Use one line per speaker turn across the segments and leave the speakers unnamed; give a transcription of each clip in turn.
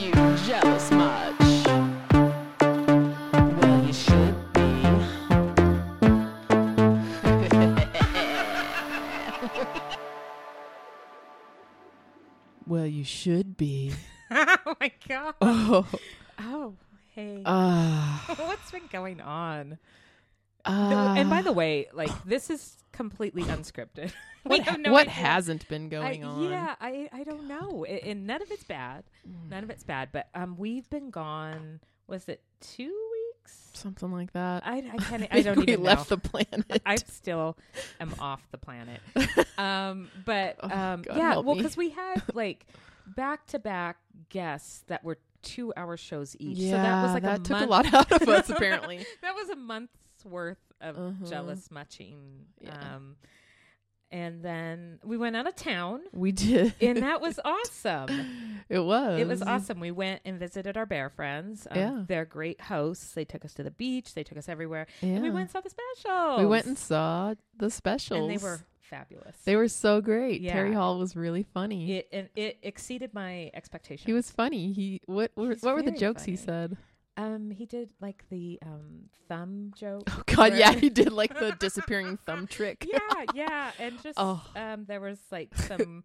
oh my god.
Oh,
Oh, hey.
uh,
What's been going on? The-
uh,
and by the way, like this is completely unscripted. we
what,
have no
what
idea.
hasn't been
I-
going on?
Yeah, I I don't know, A- and none of it's bad.
Hmm.
None of it's bad. But um, we've been gone. Was it two weeks?
something like that.
I I can't. I,
think
don't
we
even know.
left the planet.
I still am off the planet. Um, but
Oh,
um,
God
yeah,
help
well,
me.
because we had like back to back guests that were two hour shows each. so that was like
that
a
took
month.
a lot out of us apparently.
That was a month's worth of
Uh-huh.
jealous muching.
Yeah.
Um, and then we went out of town,
We did.
and that was awesome.
It was.
It was awesome. We went and visited our bear friends. Um,
Yeah.
They're great hosts. They took us to the beach. They took us everywhere.
Yeah.
And we went and saw the specials.
We went and saw the specials.
and they were fabulous.
They were so great. Terry
Yeah.
Hall was really funny.
it, and it exceeded my expectations.
He was funny. He what were,
He's
what were the
very
jokes he
funny.
said?
Um, he did like the um thumb joke.
Oh God,
Where-
yeah, he did like the disappearing thumb trick.
yeah, yeah, and just
Oh.
um, there was like some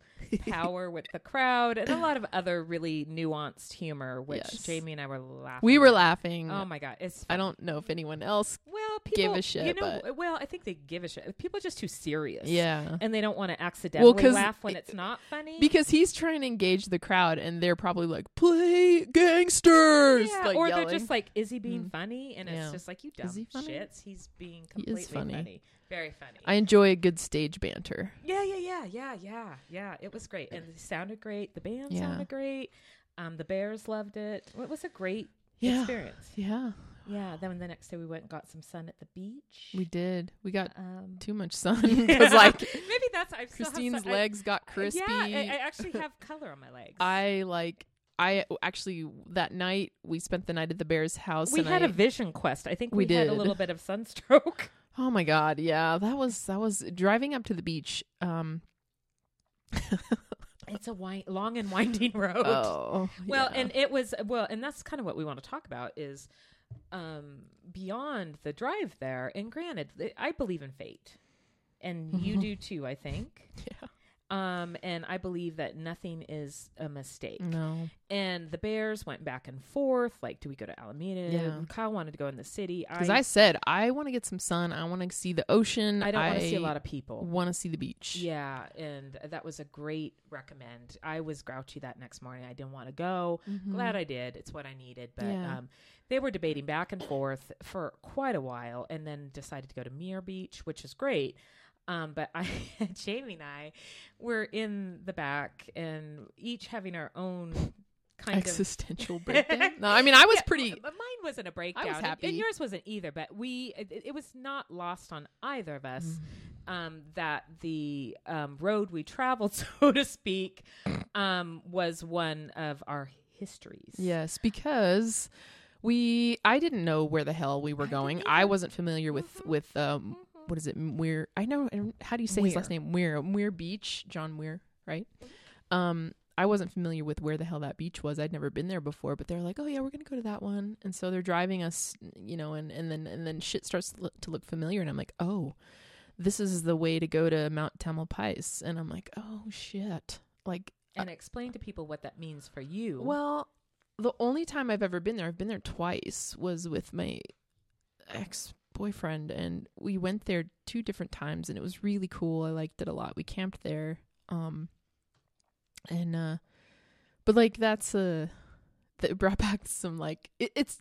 power with the crowd and a lot of other really nuanced humor, which
Yes.
Jamie and I were laughing.
we were
at.
laughing.
Oh my god, it's
I don't know if anyone else.
well people
give a shit,
You know, well I think they give a shit. People are just too serious.
Yeah,
and they don't want to accidentally
'cause
laugh when
it-
it's not funny.
because he's trying to engage the crowd, and they're probably like, "Play gangsters!"
yeah,
like
or
yelling. Mm.
they're just like, is he being funny? And
Yeah.
it's just like, you dumb
Is he funny?
shits. He's being
He is
completely
funny.
funny. Very funny.
I enjoy a good stage banter.
Yeah, yeah, yeah, yeah, yeah, yeah. It was great, and it sounded great. The band
Uh, Yeah.
sounded great. Um, the Bears loved it. Well, It was a great
Yeah.
experience.
Yeah,
Yeah. Then the next day we went and got some sun at the beach.
we did. We got
um,
too much sun because like
maybe that's I still have sun-
Christine's
I-
legs got crispy.
Yeah, I, I actually have color on my legs.
I like I actually that night we spent the night at the bear's house.
we
and
had
I-
a vision quest. I think
We
we, had a
did.
little bit of sunstroke.
oh my god, yeah, that was that was driving up to the beach. Um,
it's a wi- long and winding road.
oh,
Well,
yeah.
and it was well, and that's kind of what we want to talk about is um beyond the drive there. And granted, th- I believe in fate. And you do too, I think.
Mm-hmm. Yeah.
Um and I believe that nothing is a mistake.
no,
And the Bears went back and forth like do we go to Alameda?
Yeah.
Kyle wanted to go in the city.
because I, said I want to get some sun. I want to see the ocean.
I don't want to see a lot of people.
Want to see the beach?
Yeah, and that was a great recommend. I was grouchy that next morning. I didn't want to go. Glad I did. It's what I needed. But
Yeah.
um, they were debating back and forth for quite a while, and then decided to go to Mirror Beach, which is great. Um, but I, Jamie and I, were in the back and each having our own kind of
Existential breakdown. No, I mean I was
yeah,
pretty.
But mine wasn't a breakdown. and-
happy.
And yours wasn't either. But we, it, it was not lost on either of us
Mm.
um, that the um, road we traveled, so to speak, um, was one of our histories.
Yes, because we I didn't know where the hell we were going. I wasn't familiar with with um what is it Weir? I know I don't- how do you say his last name Weir Weir Beach John Weir right? Um, I wasn't familiar with where the hell that beach was. I'd never been there before, but they're like, oh yeah, we're gonna go to that one, and so they're driving us, you know, and and then and then shit starts to look, to look familiar, and I'm like, oh, this is the way to go to Mount Tamalpais, and I'm like, oh shit, like
And explain to people what that means for you.
well, the only time I've ever been there, I've been there twice, was with my ex boyfriend, and we went there two different times, and it was really cool. I liked it a lot. We camped there, um, and uh, but like that's a that it brought back some like it, it's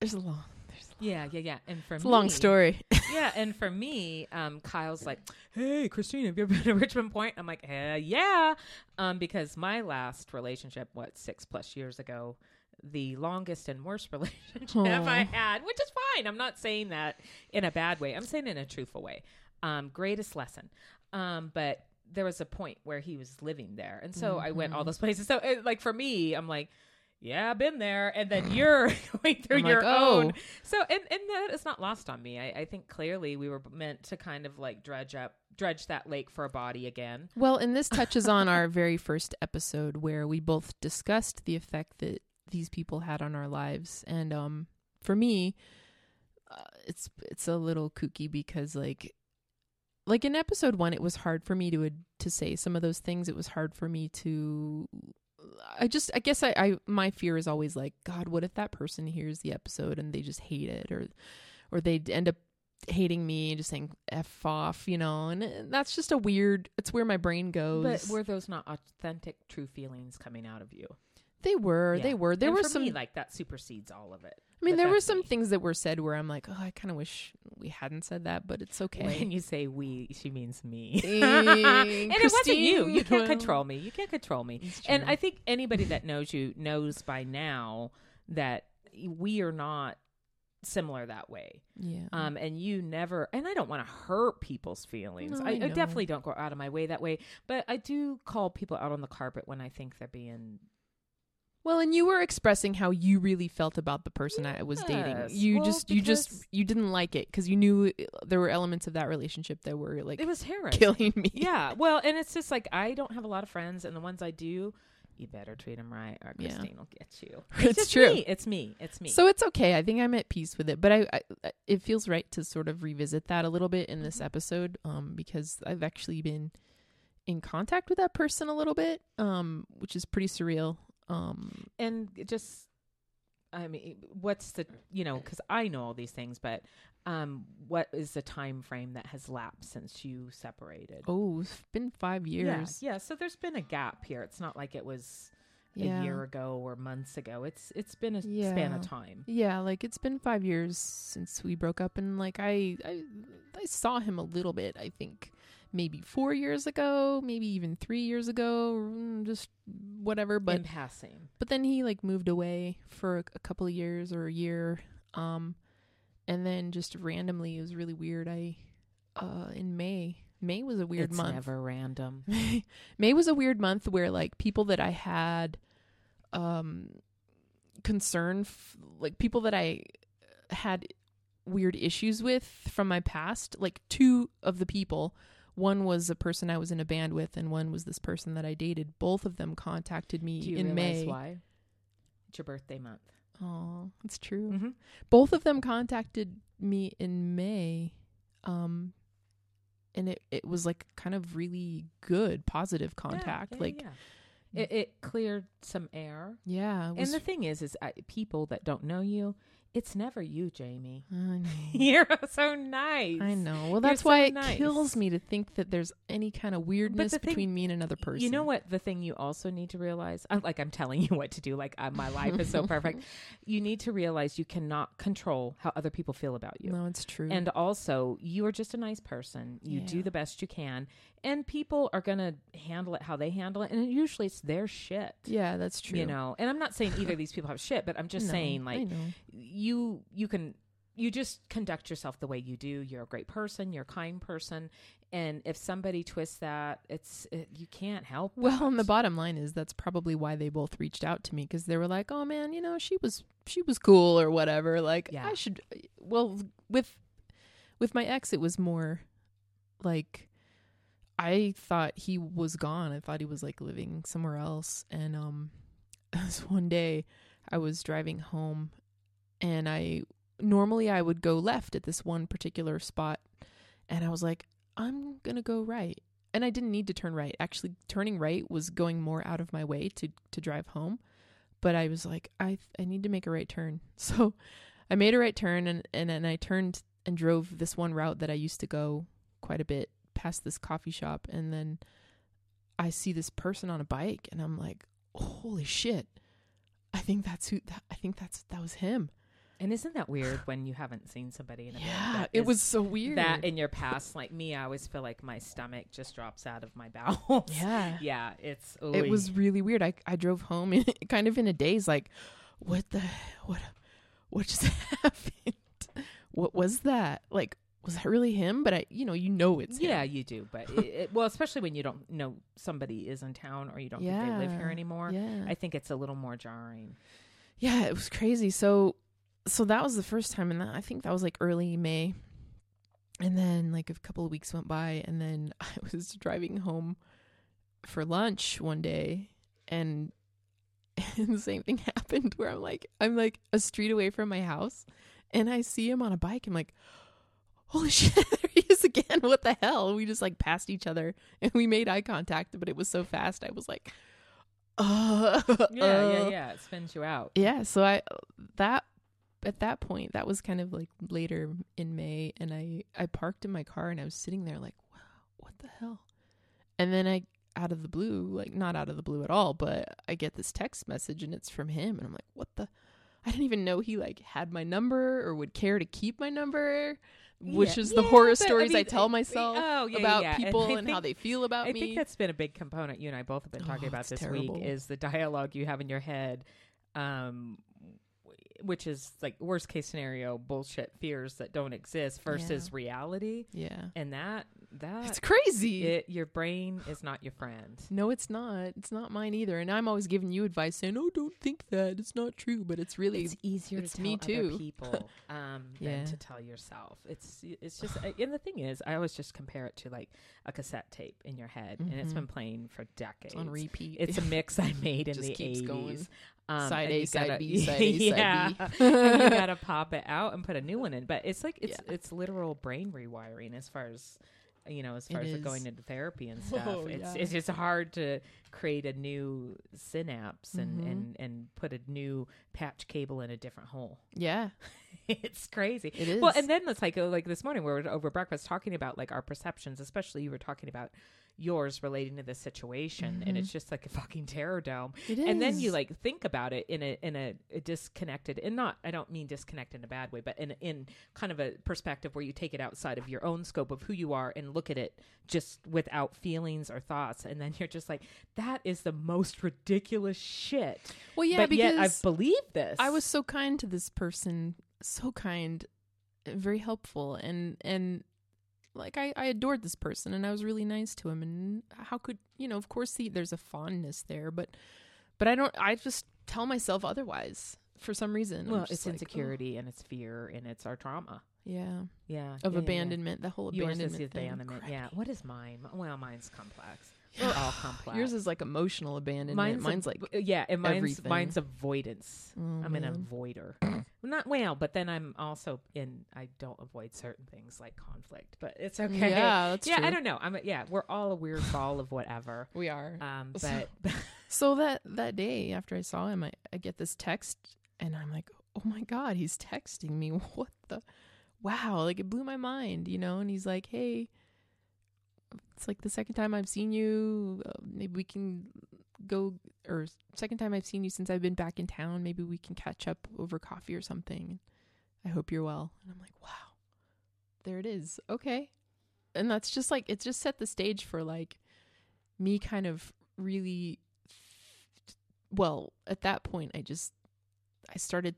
there's a long there's a,
yeah, yeah, yeah. And for
it's
me,
a long story.
yeah, and for me, um, Kyle's like, "Hey, Christine, have you ever been to Richmond Point?" I'm like, eh, "Yeah," um, because my last relationship, what six plus years ago, the longest and worst relationship I
Aw.
had, which is fine. I'm not saying that in a bad way. I'm saying in a truthful way. Um, greatest lesson, um, but there was a point where he was living there, and so I went
Mm-hmm.
all those places. So, it, like for me, I'm like. Yeah, I've been there, and then you're going through
I'm like,
your own
"Oh."
so and and that is not lost on me. I, I think clearly we were meant to kind of like dredge up dredge that lake for a body again.
Well, and this touches on our very first episode where we both discussed the effect that these people had on our lives, and um, for me, uh, it's it's a little kooky because like, like in episode one, it was hard for me to ad- to say some of those things. It was hard for me to. I just I guess I, I my fear is always like God, what if that person hears the episode and they just hate it or or they end up hating me and just saying f off, you know? And uh, that's just a weird. It's where my brain
But
goes.
were those not authentic, true feelings coming out of you?
they were,
Yeah.
they were. There
And
were
for
some.
me, like that supersedes all of it.
I mean,
but
there were
that's
some
me.
things that were said where I'm like, oh, I kind of wish we hadn't said that, but it's okay.
When you say we, she means me.
Eh,
and it wasn't you. You
Christine,
can't
well.
control me. You can't control me.
It's
And
true.
I think anybody that knows you knows by now that we are not similar that way.
yeah.
Um, and you never, and I don't want to hurt people's feelings.
No,
I,
I
I
know.
definitely don't go out of my way that way, but I do call people out on the carpet when I think they're being.
Well, and you were expressing how you really felt about the person I was dating.
Yes.
You
Well,
just, you just,
because-
you didn't like it because you knew uh, there were elements of that relationship that were like
It was harassing.
killing me.
Yeah. Well, and it's just like I don't have a lot of friends, and the ones I do, you better treat them right, or
Yeah.
Christine will get you.
It's
just
true.
Me. It's me. It's me.
So it's okay. I think I'm at peace with it, but I, I it feels right to sort of revisit that a little bit in
Mm-hmm.
this episode, um, because I've actually been in contact with that person a little bit, um, which is pretty surreal. Um,
and it just i mean what's the you know because i know all these things but um what is the time frame that has lapsed since you separated
oh, it's been five
yeah,
years.
yeah so there's been a gap here it's not like it was a year ago or months ago it's it's been a span
Yeah.
of time
Yeah, like it's been five years since we broke up, and like I, I, I saw him a little bit. I think maybe four years ago, maybe even three years ago, mm, just whatever. But
in passing
but then he like moved away for a, a couple of years or a year, um, and then just randomly, it was really weird. I, uh, in May, May was a weird
it's
month.
never random
May was a weird month where like people that I had um concern f- like people that I had weird issues with from my past, like two of the people one was a person I was in a band with, and one was this person that I dated. Both of them contacted me
do you
Mm-hmm. in
realize
May.
why it's your birthday month
Oh, that's true.
mm-hmm.
Both of them contacted me in May, um, and it it was like kind of really good, positive contact. like
It, it cleared some air
Yeah. It was,
and the thing is is I, people that don't know you it's never you jamie
I know.
You're so nice.
Mm-hmm. I know. Well,
You're
that's why
so
it kills
nice.
me to think that there's any kind of weirdness
thing-
between me and another person.
You know what? The thing you also need to realize, I'm, like I'm telling you what to do, like uh, my life is so perfect. You need to realize you cannot control how other people feel about you.
No, it's true.
And also, you are just a nice person. You do
Yeah.
the best you can, and people are going to handle it how they handle it. And usually, it's their shit.
yeah, that's true.
You know, and I'm not saying either of these people have shit, but I'm just
No,
saying like
I know.
you you can you just conduct yourself the way you do you're a great person you're a kind person and if somebody twists that it's it, you can't help
Well, and the
that.
bottom line is that's probably why they both reached out to me because they were like, "Oh man, you know, she was she was cool or whatever." Like,
Yeah.
I should. uh, Well, with with my ex, it was more like I thought he was gone. I thought he was like living somewhere else. And um, this one day, I was driving home, and I normally I would go left at this one particular spot, and I was like, I'm gonna go right and I didn't need to turn right. Actually, turning right was going more out of my way to to drive home, but I was like, I I need to make a right turn. So I made a right turn and and and I turned and drove this one route that I used to go quite a bit past this coffee shop, and then I see this person on a bike, and I'm like, holy shit. I think that's who. That, I think that's that was him.
and isn't that weird when you haven't seen somebody in a bed
Yeah,
that
it
is
was so weird.
that in your past like me i always feel like my stomach just drops out of my bowels
yeah,
yeah it's
it
ooey.
was really weird. I I drove home in, kind of in a daze, like, what the what what just happened? What was that? Like, was that really him? But I, you know, you know, it's him.
yeah you do but it, it, well especially when you don't know somebody is in town or you don't think they live here
Yeah,
anymore
yeah,
i think it's a little more jarring
yeah. It was crazy. So so that was the first time, and that, I think that was like early May, and then like a couple of weeks went by, and then I was driving home for lunch one day, and. And the same thing happened where I'm like, I'm like a street away from my house, and I see him on a bike. I'm like, holy shit, there he is again. What the hell? We just like passed each other and we made eye contact, but it was so fast. I was like, uh,
Yeah, yeah,
uh.
yeah. It spins you out.
Yeah, so I that at that point that was kind of like later in May and I I parked in my car and I was sitting there like, "Wow, what the hell?" And then I out of the blue, like not out of the blue at all, but I get this text message and it's from him and I'm like, "What the I didn't even know he like had my number or would care to keep my number, which
Yeah.
is the
Yeah,
horror
but,
stories I,
mean,
tell
it-
myself
oh, yeah, yeah,
about
yeah.
people
I
and, how
think-
they feel about
I
me.
think that's been a big component you and I both have been talking
Oh,
about
it's
this
terrible.
week is the dialogue you have in your head, um, w- which is like worst case scenario bullshit fears that don't exist versus reality,
yeah.
and that that
It's crazy.
it, your brain is not your friend.
No, it's not. It's not mine either. And I'm always giving you advice saying, "Oh, don't think that. It's not true." But it's really
It's easier
it's
to tell
me too.
other people um,
Yeah.
than to tell yourself. It's it's just and the thing is, I always just compare it to like a cassette tape in your head, and it's
Mhm.
been playing for decades.
it's on repeat.
It's a mix I made in
Just
the
keeps
80s.
going.
Um,
Side
and
A,
you
side
gotta-
B, side A, side B.
and you gotta pop it out and put a new one in. But it's like it's
Yeah.
it's literal brain rewiring as far as you know, as
It
far as
is.
like going into therapy and stuff.
Oh,
it's
yeah.
it's just hard to create a new synapse and
Mhm.
and and put a new patch cable in a different hole.
yeah,
it's crazy.
it is.
Well, and then it's like uh, like this morning we were over breakfast talking about like our perceptions, especially you were talking about yours relating to this situation, and
Mhm.
it's just like a fucking terror dome.
it
And then you
is.
like think about it in a in a, a disconnected and not I don't mean disconnected in a bad way, but in in kind of a perspective where you take it outside of your own scope of who you are and look at it just without feelings or thoughts, and then you're just like, that is the most ridiculous shit.
well, yeah,
but
because
yet I believe this.
I was so kind to this person, so kind, and very helpful, and and like I, I adored this person, and I was really nice to him. And how could you know? Of course, he, there's a fondness there, but but I don't. I just tell myself otherwise for some reason. I'm
well,
just
it's
like, oh,
insecurity and it's fear and it's our trauma.
yeah,
Yeah,
of
yeah, yeah, yeah.
abandonment. The whole
Yours
abandonment.
is the
thing.
abandonment.
Crap.
Yeah. What is mine? Well, mine's complex. We're all complex.
Yours is like emotional abandonment.
Mine's
Mine's,
a-
like,
yeah, and mine's
everything.
mine's avoidance.
oh,
I'm an
man.
avoider. Not well, but then I'm also in. I don't avoid certain things like conflict, but it's okay.
Yeah, that's
yeah.
true.
I don't know. I'm. A, yeah, we're all a weird ball of whatever.
We are.
Um,
So-
but
So that that day after I saw him, I, I get this text, and I'm like, oh my god, he's texting me. What the? Wow, like it blew my mind, you know. And he's like, hey, it's like the second time I've seen you. Uh, maybe we can go, or second time I've seen you since I've been back in town. Maybe we can catch up over coffee or something. I hope you're well. And I'm like, wow, there it is. Okay. And that's just like, it just set the stage for like me kind of really, well, at that point, I just, I started,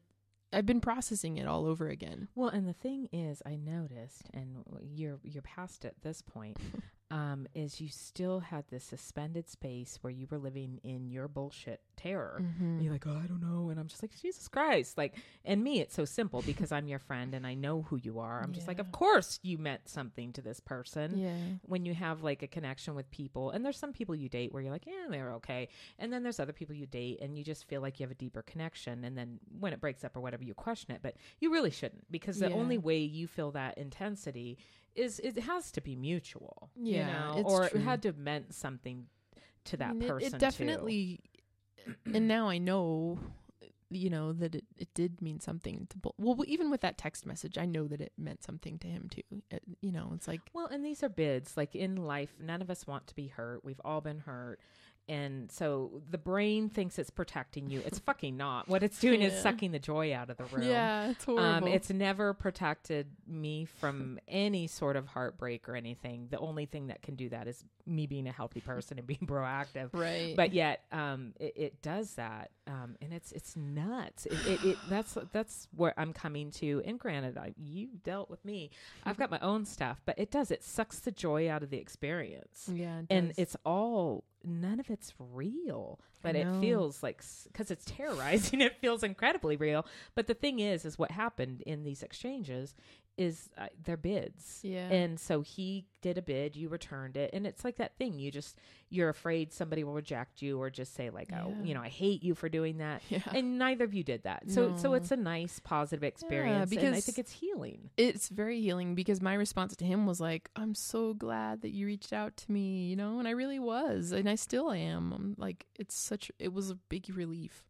I've been processing it all over again.
Well, and the thing is, I noticed, and you're you're past at this point, um, is you still had this suspended space where you were living in your bullshit terror. And You're like, oh, I don't know, and I'm just like, Jesus Christ! Like, and me, it's so simple because I'm your friend and I know who you are. I'm just like,
Yeah.
of course you meant something to this person.
Yeah.
When you have like a connection with people, and there's some people you date where you're like, yeah, they're okay, and then there's other people you date and you just feel like you have a deeper connection, and then when it breaks up or whatever, you question it, but you really shouldn't because the
Yeah.
only way you feel that intensity is it has to be mutual,
Yeah,
you know,
it's
or
true.
it had to have meant something to that
I mean, it-
person.
It,
too.
definitely, and now I know, you know, that it, it did mean something to both. Well, even with that text message, I know that it meant something to him too. It, you know, it's like,
Well, and these are bids. Like in life, none of us want to be hurt. We've all been hurt. And so the brain thinks it's protecting you. It's fucking not. What it's doing
Yeah.
is sucking the joy out of the room.
yeah, it's
Um,
horrible.
it's never protected me from any sort of heartbreak or anything. The only thing that can do that is me being a healthy person and being proactive.
right,
But yet, um, it, it does that, um, and it's it's nuts. It, it, it that's that's where I'm coming to. And granted, I, you dealt with me. I've got my own stuff, but it does. It sucks the joy out of the experience,
yeah, it
and
does.
it's all none of it's real. But it
know.
feels like because it's terrorizing, it feels incredibly real. But the thing is, is what happened in these exchanges is uh, their bids.
yeah,
And so he did a bid, you returned it. And it's like that thing. You just, you're afraid somebody will reject you or just say, like, oh,
Yeah.
you know, I hate you for doing that.
yeah.
And neither of you did that. So, so
No.
it's a nice positive experience. and I
because-
think it's healing.
it's very healing because my response to him was like, "I'm so glad that you reached out to me," you know, and I really was, and I still am. I'm um, like, it's such it was a big relief.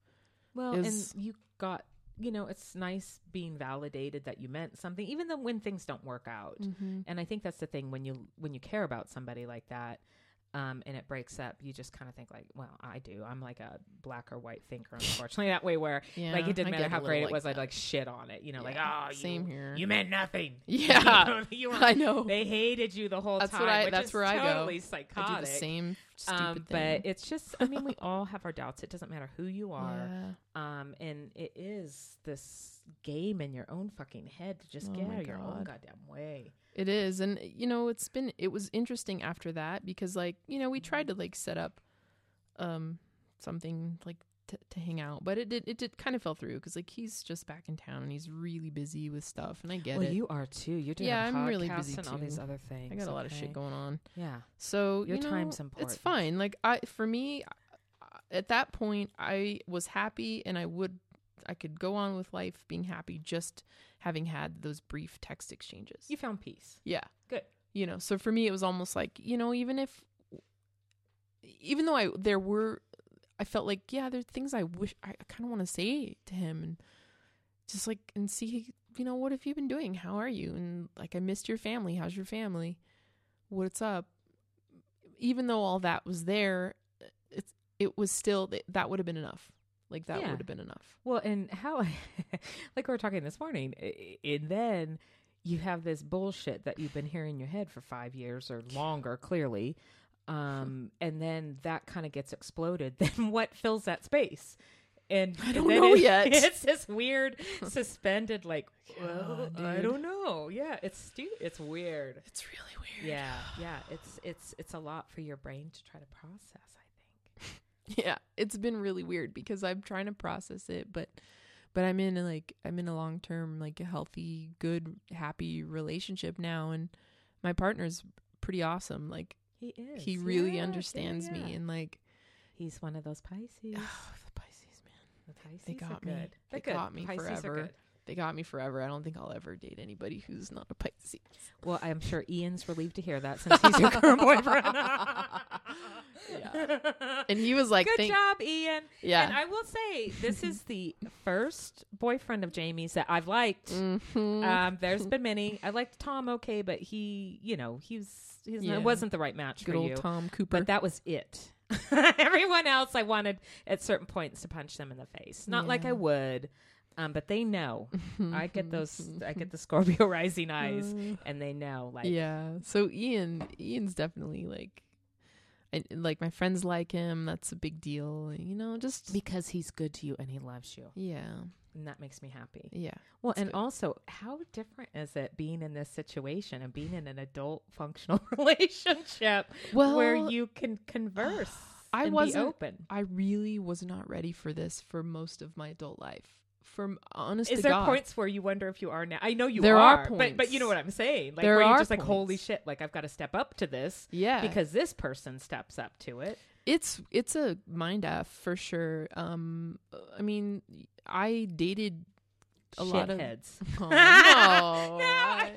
Well,
is-
and you got, you know, it's nice being validated that you meant something, even though when things don't work out.
Mm-hmm.
And I think that's the thing when you when you care about somebody like that, um, and it breaks up, you just kind of think like, well, I do. I'm like a black or white thinker, unfortunately, that way where
Yeah,
like it
I
didn't
get
matter
a
how
little
great it
like
was, I'd
that.
like shit on it, you know,
Yeah,
like oh,
same
you,
here.
you meant nothing.
Yeah.
you were,
I know.
They hated you the whole
That's
time.
what I-
which
that's
is
where I go.
totally
I
psychotic.
do the same stupid
um,
thing.
but it's just, I mean, we all have our doubts. It doesn't matter who you are.
yeah.
Um, and it is this game in your own fucking head to just
Oh
get
my
out of your own
God.
goddamn way.
It is. And you know, it's been it was interesting after that because like, you know, we tried to like set up um something like t- to hang out, but it did it did kind of fell through cuz like he's just back in town and he's really busy with stuff and I get
well,
it.
you are too. You're doing
Yeah,
podcasts
I'm really busy
and all these
too.
other things.
I got a lot of
okay?
shit going on.
Yeah.
So,
Your
you know,
time's
It's
important.
fine. Like I for me I- at that point I was happy and I would I could go on with life being happy just having had those brief text exchanges.
You found peace.
Yeah.
Good.
You know, so for me it was almost like, you know, even if even though I there were I felt like, yeah, there are things I wish I, I kinda wanna say to him and just like and see, you know, what have you been doing? How are you? And like I missed your family. How's your family? What's up? Even though all that was there, it's it was still that would have been enough. Like that
Yeah.
would have been enough.
Well, and how, like we were talking this morning, i- and then you have this bullshit that you've been hearing in your head for five years or longer, clearly. Um, and then that kind of gets exploded. Then what fills that space? And I
don't know yet.
It's this weird suspended, like, well,
Yeah,
I
dude.
don't know. Yeah, it's stu- It's weird.
It's really weird.
Yeah, yeah. It's it's it's a lot for your brain to try to process. I think.
yeah it's been really weird because i'm trying to process it but but i'm in a, like i'm in a long term like a healthy good happy relationship now and my partner's pretty awesome like
He is.
he really
Yeah, yeah,
understands
yeah.
me and like
He's one of those Pisces.
the pisces man
The Pisces
got
are
me.
good.
They
They're good.
got me
Pisces are
forever.
good.
they got me forever i don't think i'll ever date anybody who's not a pisces
Well, I'm sure Ian's relieved to hear that since he's your current boyfriend.
and he was like
good
thank
job, Ian.
yeah
And I will say, this is the first boyfriend of Jamie's that I've liked.
Mhm.
Um, there's been many. I liked Tom okay, but he, you know, he was, he's
Yeah.
not, wasn't the right match
good
for
old
you.
tom cooper
But that was it. Everyone else, I wanted at certain points to punch them in the face. Not like
Yeah.
I would, um, but they know. I get those. I get the Scorpio rising eyes, and they know. Like,
yeah so ian ian's definitely like I, like my friends like him that's a big deal you know just
because he's good to you and he loves you
yeah
and that makes me happy
yeah
well
That's
and
good.
also how different is it being in this situation and being in an adult functional relationship
well
where you can converse
I
and be
wasn't-
open
i really was not ready for this for most of my adult life from honest
is
to
there
God,
points where you wonder if you are now i know you
There
are,
are
but but you know
points.
what i'm saying like
There
where you're
are
just like holy
points.
shit like i've got to step up to this
yeah
because this person steps up to it
it's it's a mind f for sure um i mean i dated A lot of-
Shitheads.
oh, no,
No,
I-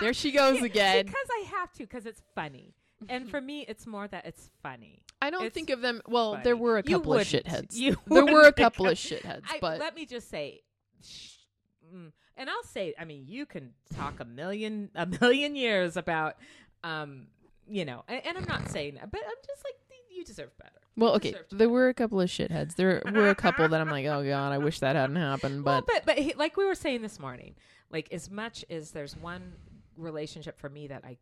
there she goes again
because i have to because it's funny and for me it's more that it's funny
i don't
it's
think of them well
funny.
there were a
You
couple of
wouldn't.
shitheads
You
there were a
wouldn't.
couple of shitheads
I,
but
let me just say, sh- mm, and I'll say, I mean, you can talk a million a million years about, um, you know, and, and I'm not saying that, but I'm just like, you deserve better.
Well,
You
okay,
deserve to
there
be
were a couple of shitheads. There were a couple that I'm like, oh god, I wish that hadn't happened.
Well,
But
but but he, like we were saying this morning, like as much as there's one relationship for me that I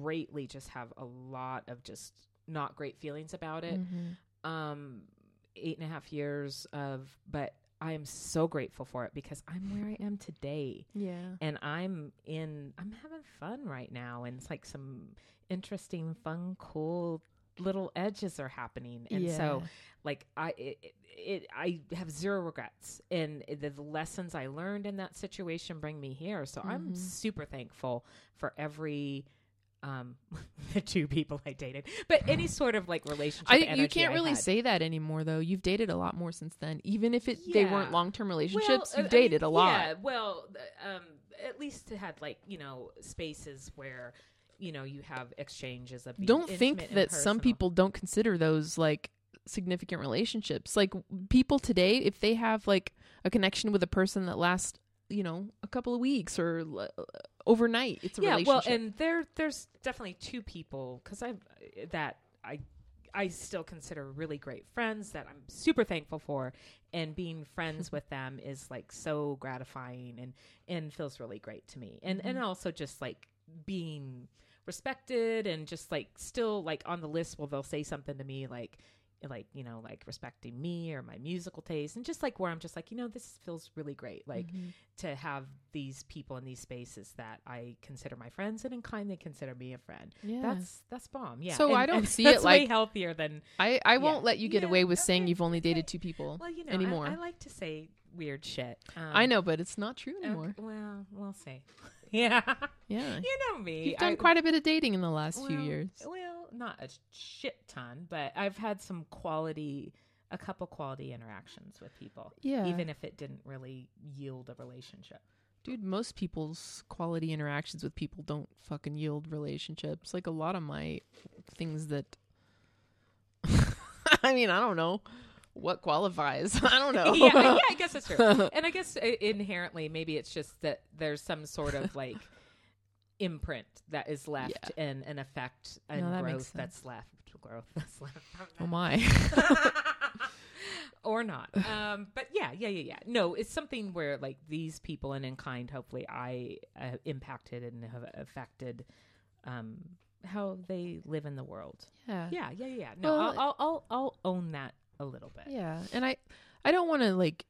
greatly just have a lot of just not great feelings about it.
Mm-hmm.
Um, eight and a half years of, but I am so grateful for it because I'm where I am today.
yeah,
and I'm in I'm having fun right now and it's like some interesting fun cool little edges are happening and so like I it, it- it I have zero regrets and the, the lessons I learned in that situation bring me here so I'm
Mhm.
super thankful for every um the two people I dated but any sort of like relationship
I you
energy
can't
I
really
had.
say that anymore though. You've dated a lot more since then, even if it they weren't
Yeah.
long term relationships.
Well, uh,
you've
I- I mean,
dated a lot.
Yeah, well, th- um, at least it had like you know spaces where you know you have exchanges of being
Don't think
intimate and
that some
personal.
people don't consider those like significant relationships. Like people today, if they have like a connection with a person that lasts, you know, a couple of weeks or l- uh, overnight, it's a
yeah, well,
relationship.
and there there's definitely two people because I that I I still consider really great friends that I'm super thankful for, and being friends with them is like so gratifying and and feels really great to me, and
Mm-hmm.
and also just like being respected and just like still like on the list where they'll say something to me like like you know like respecting me or my musical taste and just like where i'm just like you know this feels really great like
Mm-hmm.
to have these people in these spaces that i consider my friends and in kind they consider me a friend
yeah.
that's that's bomb yeah
So
And-
I don't
and
see
that's
it
way
like-
healthier than
I, I
yeah.
won't let you get
Yeah,
away with saying
okay,
you've only dated
okay.
two people.
well you know I-
Anymore.
I, like to say weird shit um,
I know, but it's not true
okay,
anymore.
well we'll see yeah
Yeah.
you know me
You've done
I-
quite a bit of dating in the last few
Well,
years.
Well, not a shit ton, but I've had some quality, a couple quality interactions with people,
Yeah.
even if it didn't really yield a relationship.
Dude, most people's quality interactions with people don't fucking yield relationships. Like a lot of my things that I mean, I don't know what qualifies. I don't know.
yeah, yeah, I guess that's true. And I guess i- inherently, maybe it's just that there's some sort of like imprint that is left and an effect and
that makes
growth that's left. Growth that's left.
Oh my.
or not. Um, but yeah, yeah, yeah, yeah. No, it's something where like these people and in kind, hopefully, I uh, impacted and have affected um, how they live in the world.
Yeah.
Yeah, yeah, yeah. yeah. No,
Well,
I'll, I'll, I'll, I'll own that a little bit.
Yeah. And I I don't want to like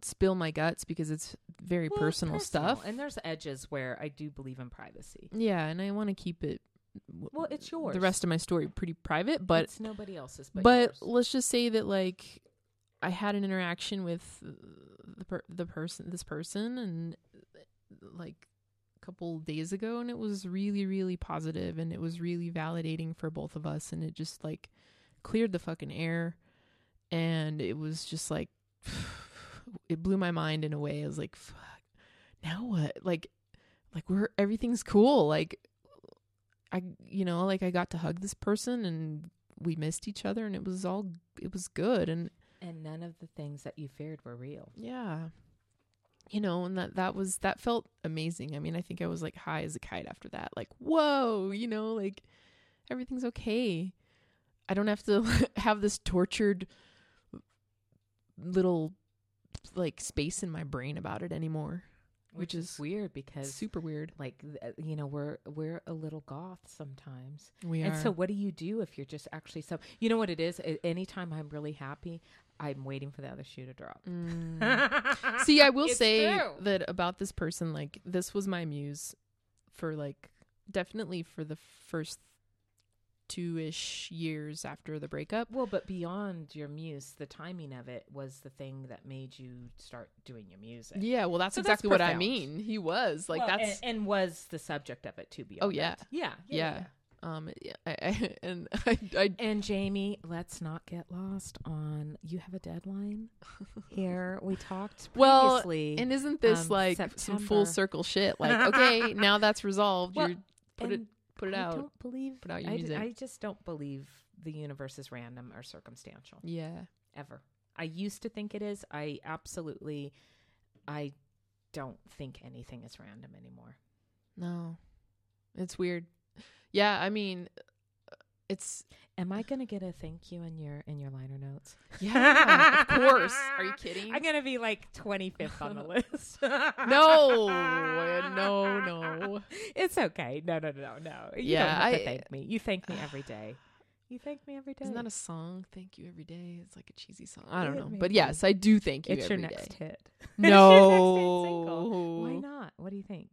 spill my guts because it's very
Well, it's
personal, stuff.
and there's edges where I do believe in privacy.
yeah, and I want to keep it w-
Well, it's yours.
the rest of my story pretty private, but
it's nobody else's. But,
but,
yours.
let's just say that like I had an interaction with uh, the per- the person this person and uh, like a couple days ago and it was really really positive and it was really validating for both of us and it just like cleared the fucking air and it was just like it blew my mind in a way. I was like fuck. Now what? Like like we're everything's cool. Like I you know, like I got to hug this person and we missed each other and it was all it was good and
and none of the things that you feared were real.
yeah you know and that that was that felt amazing i mean i think i was like high as a kite after that like whoa you know like everything's okay i don't have to have this tortured little like space in my brain about it anymore Which is
weird because
super weird
like th- uh, you know we're we're a little goth sometimes
we
and
are
so what do you do if you're just actually so you know what it is A- anytime i'm really happy i'm waiting for the other shoe to drop
Mm. See, I will
It's
say
true.
that about this person, like this was my muse for like definitely for the first two ish years after the breakup.
well but beyond your muse the timing of it was the thing that made you start doing your music
Yeah, well, that's
So that's
exactly what I
profound.
mean. He was like
Well, and-
that's
and, was the subject of it too beyond
Oh, yeah.
it. yeah yeah,
yeah.
yeah.
Um, yeah, I, I, and I, I
And Jamie, let's not get lost on you have a deadline. Here we talked
Well,
previously.
and isn't this
um,
like some full
September.
circle shit? Like, okay, now that's resolved.
Well,
You're put it
and
put it
I
out.
don't believe.
Put out your
I, d-
music.
I just don't believe the universe is random or circumstantial
Yeah,
ever. I used to think it is. I absolutely, I don't think anything is random anymore.
no, it's weird. Yeah, I mean, it's
Am I gonna get a thank you in your in your liner notes?
Yeah, of course. Are you kidding?
I'm gonna be like 25th on the list.
no, no, no.
It's okay. No, no, no, no. You
Yeah,
don't have to
I-
thank me. You thank me every day. You thank me every day.
Isn't that a song? Thank you every day. It's like a cheesy song. I don't
It
know,
may
but
be.
yes, I do thank you
it's your
every
next
day.
hit.
No,
Why not? What do you think?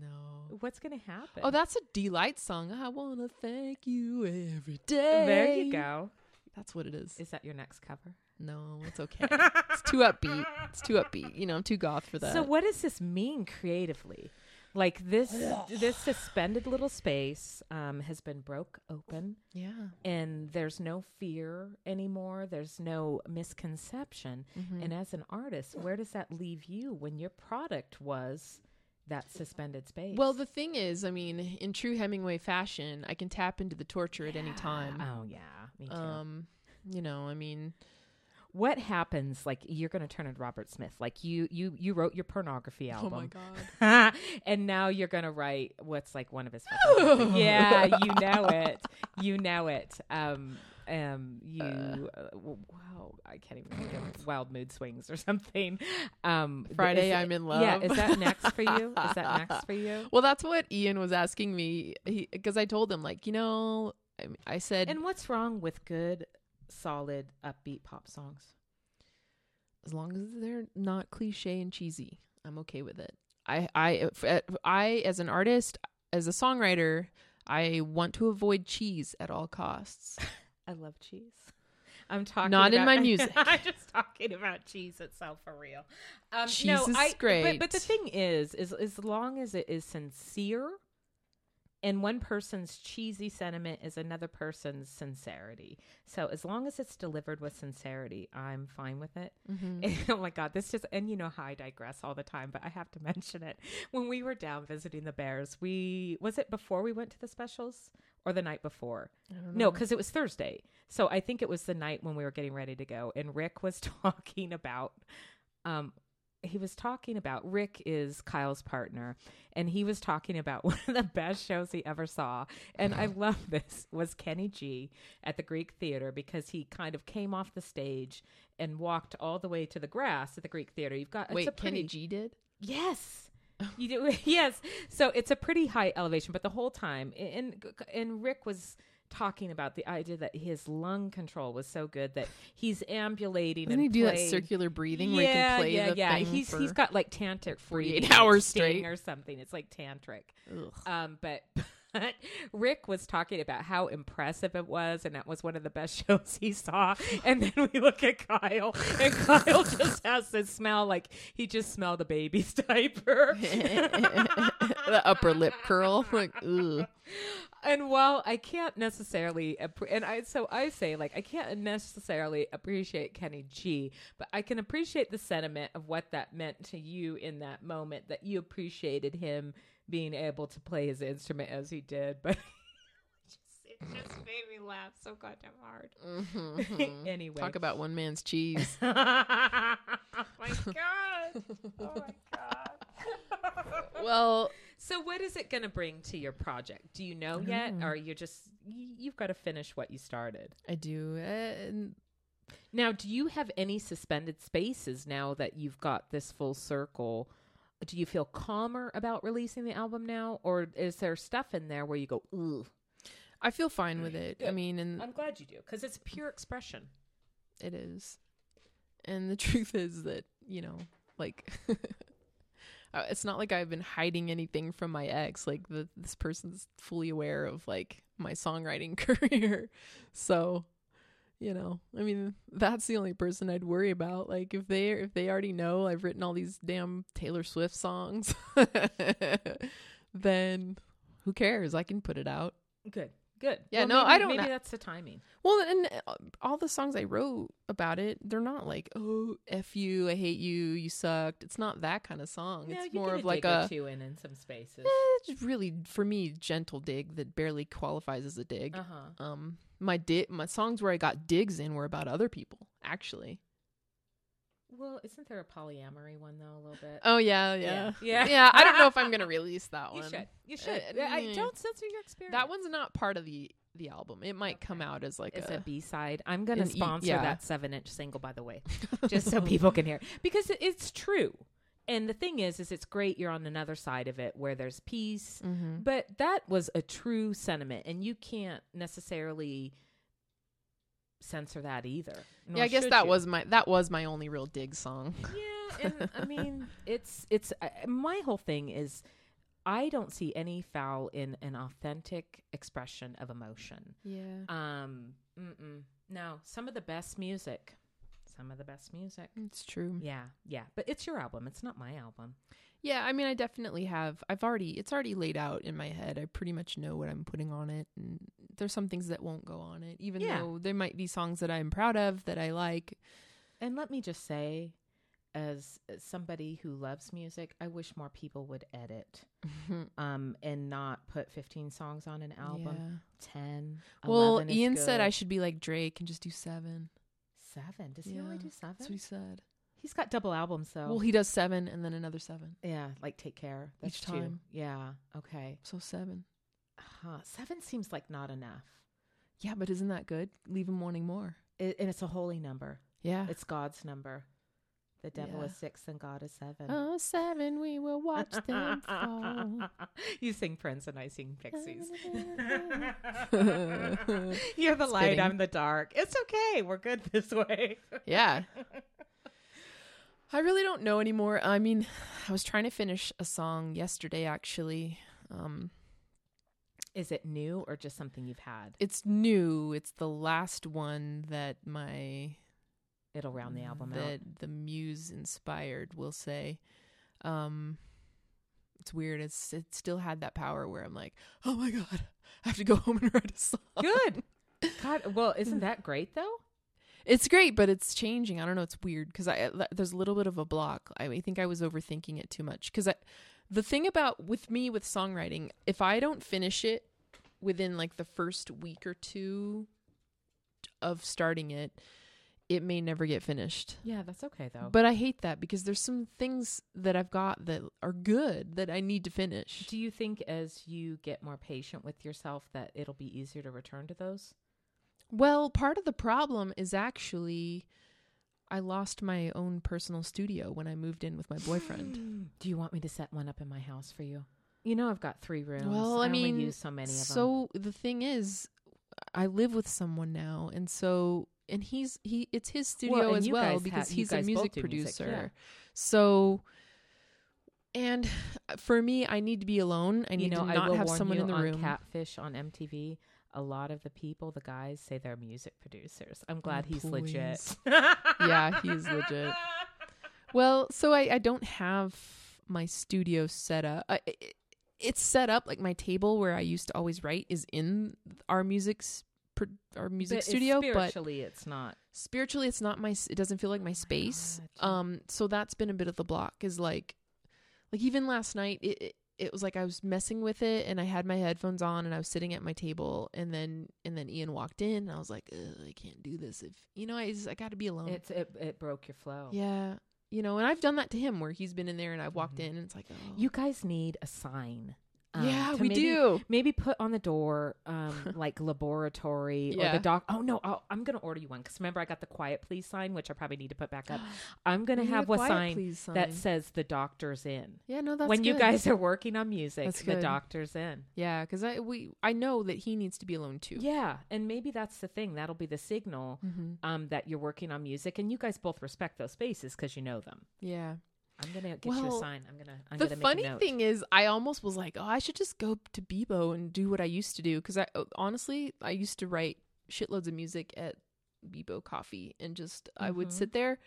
No.
What's going to happen?
Oh, that's a delight song. I wanna thank you every day.
there you go.
That's what it is.
Is that your next cover?
No, it's okay. it's too upbeat. It's too upbeat. You know, I'm too goth for that.
So what does this mean creatively? Like this this suspended little space um, has been broke open
yeah.
and there's no fear anymore. There's no misconception.
Mm-hmm.
And as an artist, where does that leave you when your product was that suspended space?
Well, the thing is, I mean, in true Hemingway fashion, I can tap into the torture at any time.
Oh yeah, me too.
Um, you know, I mean,
What happens? Like you're going to turn into Robert Smith. Like you, you, you wrote your pornography album.
oh my god.
and now you're gonna write what's like one of his fucking- yeah you know it you know it um um you uh, w- wow i can't even think of wild mood swings or something um th-
Friday,
is it-
I'm in love.
yeah is that next for you is that next for you
Well, that's what Ian was asking me because I told him like, you know, I, I said
and what's wrong with good solid upbeat pop songs
as long as they're not cliche and cheesy, I'm okay with it. I I f- I as an artist, as a songwriter, I want to avoid cheese at all costs.
i love cheese I'm talking
Not in
about-
my music.
I'm just talking about cheese itself for real. Um,
Cheese is
But,
great.
but the thing is, is as long as it is sincere, and one person's cheesy sentiment is another person's sincerity. So as long as it's delivered with sincerity, I'm fine with it.
Mm-hmm.
oh my god, this just and you know how I digress all the time, but I have to mention it. When we were down visiting the Bears, we was it before we went to the specials or the night before? No, because it was Thursday. So I think it was the night when we were getting ready to go. And Rick was talking about, um, he was talking about Rick is Kyle's partner, and he was talking about one of the best shows he ever saw. And I love this was Kenny G at the Greek Theater because he kind of came off the stage and walked all the way to the grass at the Greek Theater. You've got it's a
Wait, Kenny
pretty-
G did?
Yes.
Oh.
You do yes. So it's a pretty high elevation, but the whole time and and Rick was talking about the idea that his lung control was so good that he's ambulating
Doesn't
and
he do that
playing.
circular breathing where he can play
yeah,
the
yeah.
thing
he's
for-
he's got like
48
tantric breathing, like
hours
sting
straight.
or something. It's like tantric.
Ugh.
Um, but, but Rick was talking about how impressive it was, and that was one of the best shows he saw. And then we look at Kyle, and Kyle just has this smell like he just smelled a baby's diaper.
the upper lip curl. Like, ugh.
and while I can't necessarily, appre- and I so I say like I can't necessarily appreciate Kenny G, but I can appreciate the sentiment of what that meant to you in that moment that you appreciated him being able to play his instrument as he did. But it just, it just made me laugh so goddamn hard. Mm-hmm. anyway,
Talk about one man's cheese.
oh my god! Oh my god!
well,
So, what is it going to bring to your project? Do you know yet, or you're just y- you've got to finish what you started?
I do. And
Now, do you have any suspended spaces now that you've got this full circle? Do you feel calmer about releasing the album now, or is there stuff in there where you go, "Ooh"?
I feel fine with it. I
Good.
mean, and
I'm glad you do because it's pure expression.
It is. And the truth is that, you know, like uh, it's not like I've been hiding anything from my ex. Like the, this person's fully aware of like my songwriting career. So, you know, I mean, that's the only person I'd worry about. Like if they if they already know I've written all these damn Taylor Swift songs, then who cares? I can put it out.
Good, good.
Yeah, no, I
maybe-
don't
Maybe
ha-
that's the timing.
Well, and uh, all the songs I wrote about it, they're not like, oh, F you, I hate you, you sucked. It's not that kind of song.
No, you
it's more
get
of like
dig or
a,
two in in some spaces.
eh, just really, for me, gentle dig that barely qualifies as a dig.
Uh huh.
Um, my di- my songs where I got digs in were about other people, actually.
Well, isn't there a polyamory one though? A little bit.
Oh, yeah, yeah.
Yeah.
I don't know if I'm going to release that
You
one.
should. You should.
Uh,
I
mm.
don't censor your experience.
That one's not part of the, the album. It might come
Okay.
out as like
is
a.
a B side. I'm going to
An E-
sponsor
yeah.
that seven inch single, by the way, just so people can hear it. because it- it's true. And the thing is, is it's great you're on another side of it where there's peace.
Mhm.
But that was a true sentiment, and you can't necessarily censor that either.
Yeah,
nor
I guess
should
that
you.
was my that was my only real dig song.
Yeah, and I mean, it's it's uh, my whole thing is I don't see any foul in an authentic expression of emotion.
Yeah.
Um, mm-mm. no, some of the best music, some of the best music.
It's true.
Yeah, yeah, but it's your album. It's not my album.
Yeah, I mean, I definitely have. I've already, it's already laid out in my head. I pretty much know what I'm putting on it. And there's some things that won't go on it, even
Yeah.
though there might be songs that I'm proud of that I like.
And let me just say, as as somebody who loves music, I wish more people would edit um, and not put 15 songs on an album.
Yeah.
10.
Well,
11 is
Ian said
good.
I should be like Drake and just do seven.
Seven. Does he only
Yeah,
do seven?
That's what he said.
He's got double albums, though.
Well, he does seven and then another seven.
yeah, like Take Care. That's
Each
two.
time.
Yeah. Okay.
So seven.
Huh. Seven seems like not enough.
Yeah, but isn't that good? Leave him wanting more.
It, and it's a holy number,
Yeah.
it's God's number. The devil
Yeah.
is six and God is seven.
Oh, seven, we will watch them fall.
you sing Prince and I sing Pixies.
Just
You're the light,
kidding.
I'm the dark. It's okay. We're good this way.
Yeah. I really don't know anymore. I mean, I was trying to finish a song yesterday, actually. Um,
Is it new or just something you've had?
it's new. It's the last one that my mm,
It'll round the album out.
that the muse inspired will say um it's weird it's it still had that power where i'm like oh my god i have to go home and write a song
Good. God, well, isn't that great though?
it's great but it's changing i don't know it's weird because i uh, there's a little bit of a block i, I think i was overthinking it too much because the thing about with me with songwriting if i don't finish it within like the first week or two of starting it it may never get finished
Yeah, that's okay though.
But I hate that because there's some things that I've got that are good that I need to finish.
do you think as you get more patient with yourself that it'll be easier to return to those?
Well, part of the problem is actually I lost my own personal studio when I moved in with my boyfriend.
Do you want me to set one up in my house for you? You know, I've got three rooms.
Well, I mean,
only use so many of them.
so the thing is, I live with someone now, and so and he's he it's his studio
and
as
you
well
guys ha-
because
you
he's a
guys both
music
do music,
producer.
yeah.
So. And for me, I need to be alone. I
you
need
know,
to
I
not
will
have
warn
someone
you
in the
on
room.
Catfish on MTV. A lot of the people, the guys, say they're music producers. I'm glad he's legit.
Oh, please. yeah, he's legit. Well, so I, I don't have my studio set up. I, it, it's set up like my table where I used to always write is in our music's pr- our music
But
studio, but
spiritually, it's not.
spiritually it's not my s- it doesn't feel like my space.
gotcha.
Um so that's been a bit of the block is like like even last night it, it it was like I was messing with it and I had my headphones on and I was sitting at my table and then and then Ian walked in and I was like Ugh, I can't do this if you know I just, I got to be alone.
It's it, it broke your flow.
Oh. Yeah. You know, and I've done that to him where he's been in there and I've walked
Mhm.
in and it's like, oh.
You guys need a sign. um,
yeah,
to
we
maybe-
do.
Maybe put on the door, um, like laboratory or
Yeah.
the doc. Oh no, I'll, I'm gonna order you one because remember I got the quiet please sign, which I probably need to put back up. I'm gonna
We need
have
a
a
quiet
sign
please sign.
that says the doctor's in.
yeah, no, that's
when you
good.
guys are working on music,
That's
the
good.
doctor's in.
yeah, because I we I know that he needs to be alone too.
Yeah, and maybe that's the thing. That'll be the signal
Mhm.
um, that you're working on music, and you guys both respect those spaces because you know them.
yeah.
I'm gonna get you a
Well,
sign. I'm gonna. I'm
the
gonna
funny
make a note.
thing is, I almost was like, oh, I should just go to Bebo and do what I used to do because I oh, honestly I used to write shitloads of music at Bebo Coffee and just I
Mhm.
would sit there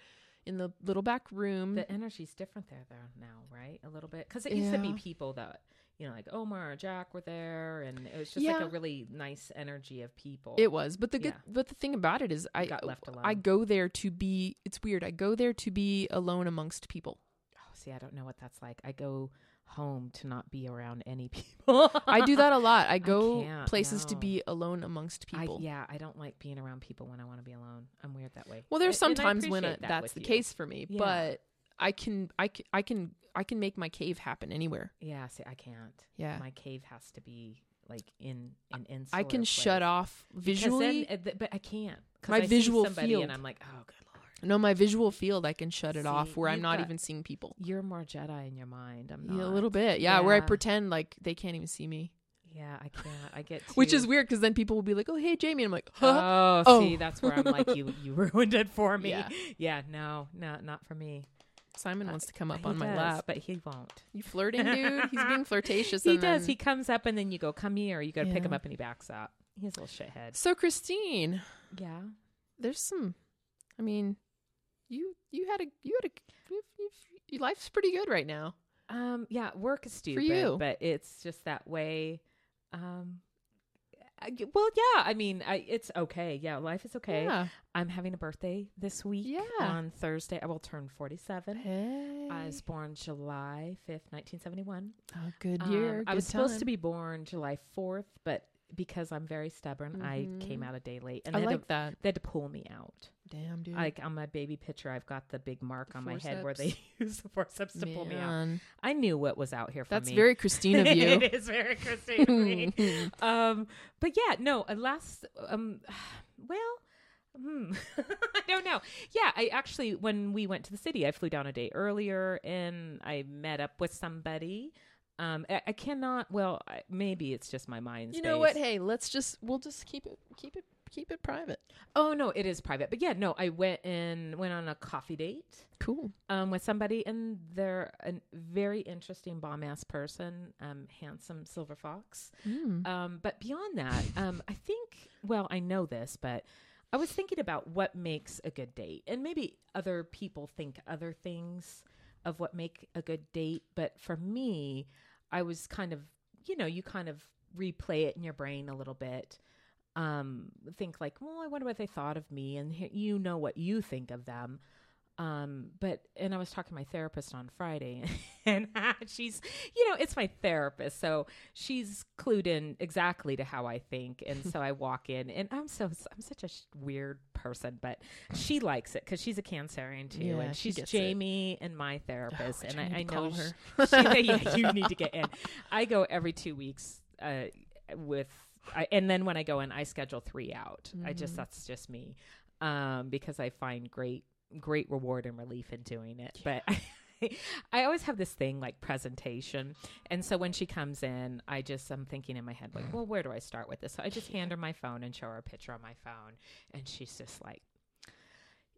in the little back room.
the energy's different there though now, right? A little bit because it used to be
Yeah.
people that you know, like Omar or Jack were there, and it was just like
Yeah.
a really nice energy of people.
It was, but the good,
Yeah.
but the thing about it is, I
got left alone.
I go there to be. It's weird. I go there to be alone amongst people.
oh, see, I don't know what that's like. I go home to not be around any people.
I do that a lot. I go
can't,
places to
no.
be alone amongst
I-
people.
yeah, I don't like being around people when I want to be alone. I'm weird that way.
Well, there's
A- and I
sometimes when I,
appreciate that
that's
with
the
you.
case for me,
Yeah.
but I can, I can, I can, I can make my cave happen anywhere.
Yeah, see, I can't.
Yeah,
My cave has to be like in an insular.
I can
place.
shut off
'Cause then,
visually.
uh, th- but I can't. 'Cause
My
I see
visual
somebody
field.
and I'm like, oh, good lord,
no, my visual field, I can shut it
See,
off where I'm
you've
not
got-
even seeing people.
you're more Jedi in your mind. I'm not
Yeah, a little bit, yeah, where I
Yeah.
pretend like they can't even see me,
Yeah, I can't. I get too,
which is weird because then people will be like, "Oh, hey, Jamie," and I'm like, "Huh."
Oh,
Oh.
see, that's where I'm like, you you ruined it for me. Yeah,
Yeah.
no, no, not for me.
Simon wants to come up
He
on my
does,
lap.
but he won't.
You flirting, dude? He's being flirtatious.
He
and
does.
then-
He comes up and then you go, come here. You go to pick him
Yeah.
up and he backs up. He's a little shithead.
So Christine,
Yeah.
there's some. I mean, you you had a you had a you, you, your life's pretty good right now.
Um, yeah, work is stupid,
you.
but it's just that way. Um, I- well, yeah. I mean, I, it's okay. Yeah, life is okay.
Yeah.
I'm having a birthday this week
Yeah.
on Thursday. I will turn 47.
Hey.
I was born July 5th, 1971.
a Oh, good
Um,
year.
I was supposed to be born July 4th, but because I'm very stubborn, I came
Mhm.
out a day late. And
I
they, had
like
to,
that.
they had to pull me out.
Damn, dude.
Like on my baby picture, I've got the big mark
The
on my head where they use the forceps to pull me out.
Man.
I knew what was out here for
That's
me.
very Christine of you.
it is very Christine of me. Um, but yeah, no, uh, last, um, well, hmm. I don't know. Yeah, I actually, when we went to the city, I flew down a day earlier and I met up with somebody. Um, I, I cannot, well, I, maybe it's just my mind.
you know what?
space.
Hey, let's just we'll just keep it keep it keep it private.
Oh, no, it is private. But yeah, no, I went and went on a coffee date.
Cool.
um, with somebody, and they're a very interesting bomb ass person, um, handsome silver fox. Um, but beyond that, um, I think, well, I know this, but I was thinking about what makes a good date, and maybe other people think other things of what make a good date, but for me, I was kind of, you know, you kind of replay it in your brain a little bit. Um, think like, well, I wonder what they thought of me, and he- you know what you think of them um but and i was talking to my therapist on friday and she's you know it's my therapist so she's clued in exactly to how i think and so i walk in and i'm so i'm such a sh- weird person but she likes it because she's a cancerian too
Yeah,
and
she
she's
gets it.
jamie and my therapist
Oh,
and
I
i, I
need to
know
call her.
she- she- yeah you need to get in i go every two weeks uh with I, and then when i go in i schedule three out i just
Mhm.
that's just me um, because I find great great reward and relief in doing it. But I, I always have this thing like presentation, and so when she comes in, I just I'm thinking in my head like, well, where do I start with this? So I just hand her my phone and show her a picture on my phone, and she's just like.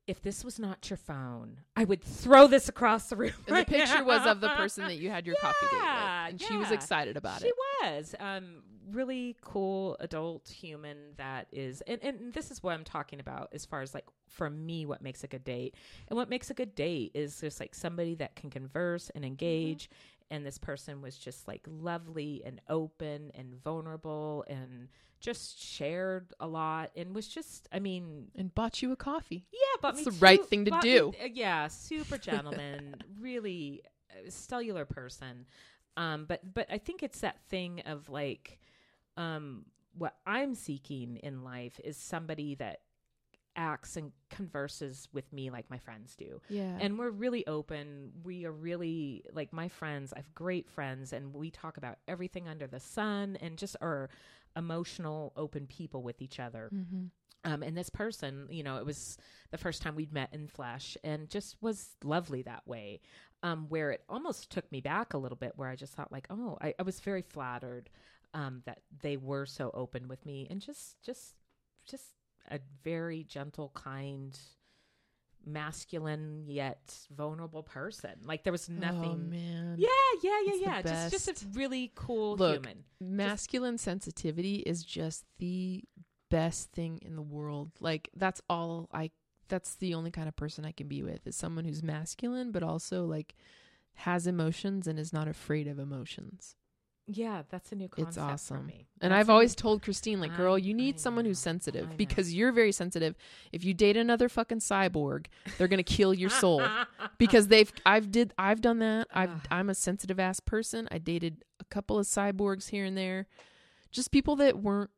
If this was not your phone, I would throw this across the room.
And the
right
picture was of the
now."
person that you had your coffee date
Yeah,
with, and she was
yeah.
excited about
she
it.
was um, really cool adult human that is, and, and this is what I'm talking about as far as like for me, what makes a good date, and what makes a good date is just like somebody that can converse and engage.
Mm-hmm.
And this person was just like lovely and open and vulnerable and just shared a lot and was just, I mean,
And bought you a coffee.
yeah, but uh,
It's the right thing to do.
yeah, super gentleman, really uh, stellar person. Um, but but I think it's that thing of like, um, what I'm seeking in life is somebody that acts and converses with me like my friends do.
Yeah.
And we're really open. We are really like my friends. I have great friends, and we talk about everything under the sun and just are emotional, open people with each other
mm-hmm.
um, and this person, you know, it was the first time we'd met in flesh and just was lovely that way. Um, where it almost took me back a little bit, where I just thought, like, oh, I, I was very flattered um, that they were so open with me and just, just, just a very gentle, kind, masculine yet vulnerable person. Like, there was
Oh
nothing.
man.
yeah, yeah, yeah,
It's the
yeah. Just, just a
best.
really cool
Look,
human.
masculine sensitivity is just the best thing in the world like that's all i that's the only kind of person i can be with is someone who's masculine but also like has emotions and is not afraid of emotions
Yeah, that's a new concept
it's
for
awesome
me.
and
That's
i've
a new-
always told christine like girl
I-
you
I
need someone who's
know, I
sensitive
know.
because you're very sensitive if you date another fucking cyborg they're gonna kill your soul because they've I've did I've done that. I've
Ugh.
I'm a sensitive ass person. I dated a couple of cyborgs here and there. Just people that weren't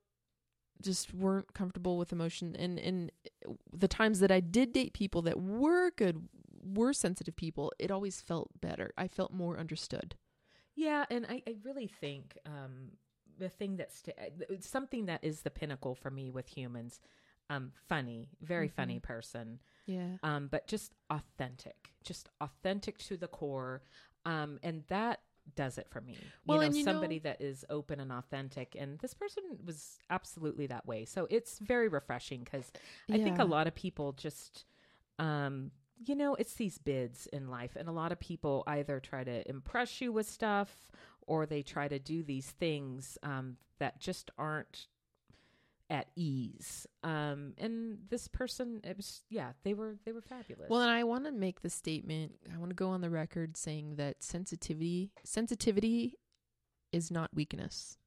just weren't comfortable with emotion and and uh, the times that I did date people that were good were sensitive people, it always felt better. I felt more understood.
Yeah, and I, I really think um, the thing that's uh, something that is the pinnacle for me with humans, um, funny, very funny
Mm-hmm.
person,
Yeah.
um, but just authentic, just authentic to the core, um, and that does it for me.
Well,
you know,
and you know-
somebody that is open and authentic, and this person was absolutely that way. So it's very refreshing because I think
Yeah.
a lot of people just. Um, you know, it's these bids in life, and a lot of people either try to impress you with stuff or they try to do these things um, that just aren't at ease. Um, and this person, it was yeah, they were they were fabulous.
Well, and I want to make the statement. I want to go on the record saying that sensitivity sensitivity is not weakness.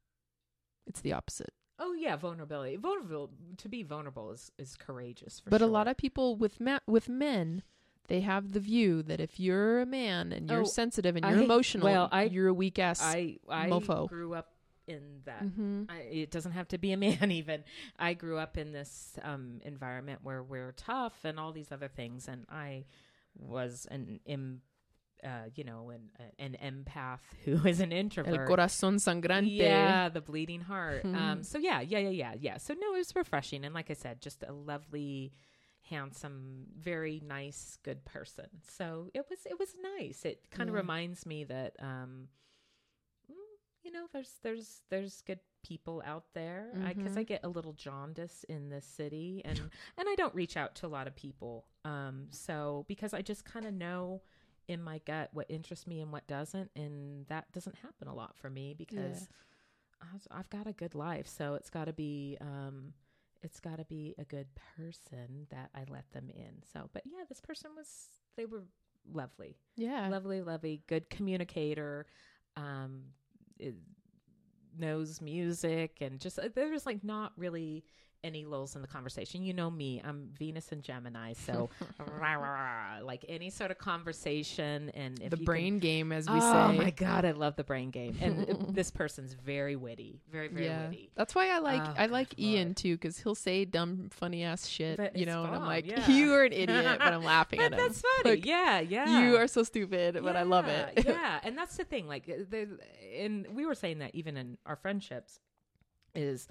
It's the opposite.
Oh yeah, vulnerability. Vulnerable to be vulnerable is is courageous. For
but a
sure.
lot of people with ma- with men, they have the view that if you're a man and you're
Oh,
sensitive and
I-
you're emotional,
well, I-
you're a weak ass.
I I
mofo.
grew up in that.
Mhm.
I, it doesn't have to be a man even. I grew up in this um, environment where we're tough and all these other things, and I was an im, uh, you know, an an empath who is an
El
introvert.
corazón sangrante.
Yeah, the bleeding heart.
Mhm.
Um, so yeah, yeah, yeah, yeah, yeah. So no, it was refreshing, and like I said, just a lovely, handsome, very nice, good person. So it was, it was nice. It kind of
Yeah.
reminds me that, um, mm, you know, there's, there's, there's good people out there because I,
Mhm.
get a little jaundice in this city, and and I don't reach out to a lot of people. Um, so because I just kind of know in my gut what interests me and what doesn't and that doesn't happen a lot for me because I've, I've got a good life so it's got to be um it's got to be a good person that I let them in so but yeah this person was they were lovely
Yeah.
lovely lovely good communicator um it knows music and just uh, there was like not really any lulls in the conversation you know me i'm venus and gemini so rah, rah, rah, like any sort of conversation and if
the
you can-
brain game, as we
oh
say.
my god i love the brain game and uh, this person's very witty very very witty
That's why I like
Oh,
I like
good
Ian
lord.
too because he'll say dumb funny ass shit,
But
you
it's
know, and I'm
fun,
like,
yeah.
you are an idiot, but I'm laughing at
but
him.
that's funny
Like,
yeah yeah
You are so stupid, but I love
Yeah,
it.
yeah, and that's the thing. Like, uh, there- and we were saying that even in our friendships, is